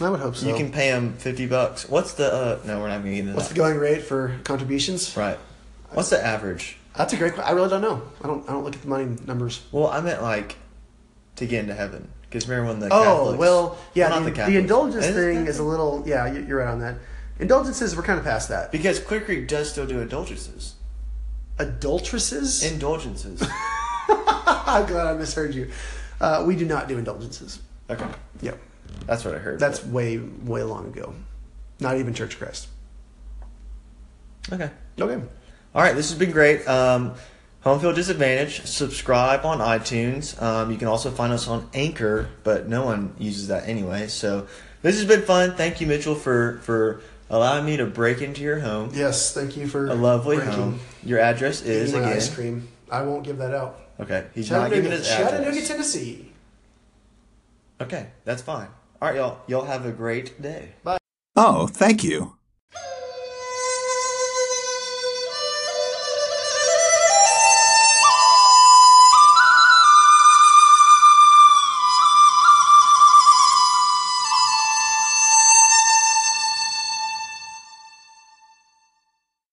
Speaker 2: I would hope so.
Speaker 1: You can pay him fifty bucks. What's the? uh No, we're not gonna get into
Speaker 2: What's the
Speaker 1: that.
Speaker 2: going rate for contributions?
Speaker 1: right. What's the average?
Speaker 2: That's a great. que- I really don't know. I don't. I don't look at the money numbers.
Speaker 1: Well, I meant like to get into heaven. Because remember when the
Speaker 2: Oh
Speaker 1: Catholics,
Speaker 2: well, yeah.
Speaker 1: well,
Speaker 2: the,
Speaker 1: not
Speaker 2: the
Speaker 1: the, Catholics.
Speaker 2: indulgence
Speaker 1: Isn't
Speaker 2: thing
Speaker 1: it?
Speaker 2: is a little. Yeah, you- you're right on that. Indulgences, we're kind of past that.
Speaker 1: because Clear Creek does still do indulgences.
Speaker 2: Adulteresses.
Speaker 1: Indulgences.
Speaker 2: I'm glad I misheard you. Uh, we do not do indulgences.
Speaker 1: okay,
Speaker 2: Yep,
Speaker 1: that's what I heard.
Speaker 2: that's way way long ago. Not even Church of Christ.
Speaker 1: okay.
Speaker 2: Okay.
Speaker 1: All right, this has been great. Um, Home field disadvantage. Subscribe on iTunes. Um, you can also find us on Anchor, but no one uses that anyway. So this has been fun. Thank you, Mitchell, for for allowing me to break into your home.
Speaker 2: Yes, thank you for
Speaker 1: A lovely
Speaker 2: breaking-
Speaker 1: home. Your address
Speaker 2: eating
Speaker 1: is
Speaker 2: my
Speaker 1: again.
Speaker 2: ice cream. I won't give that out.
Speaker 1: Okay, he's not giving
Speaker 2: Chattanooga,
Speaker 1: his
Speaker 2: Chattanooga,
Speaker 1: address.
Speaker 2: Tennessee.
Speaker 1: Okay, that's fine. All right, y'all. Y'all have a great day.
Speaker 3: Oh, thank you.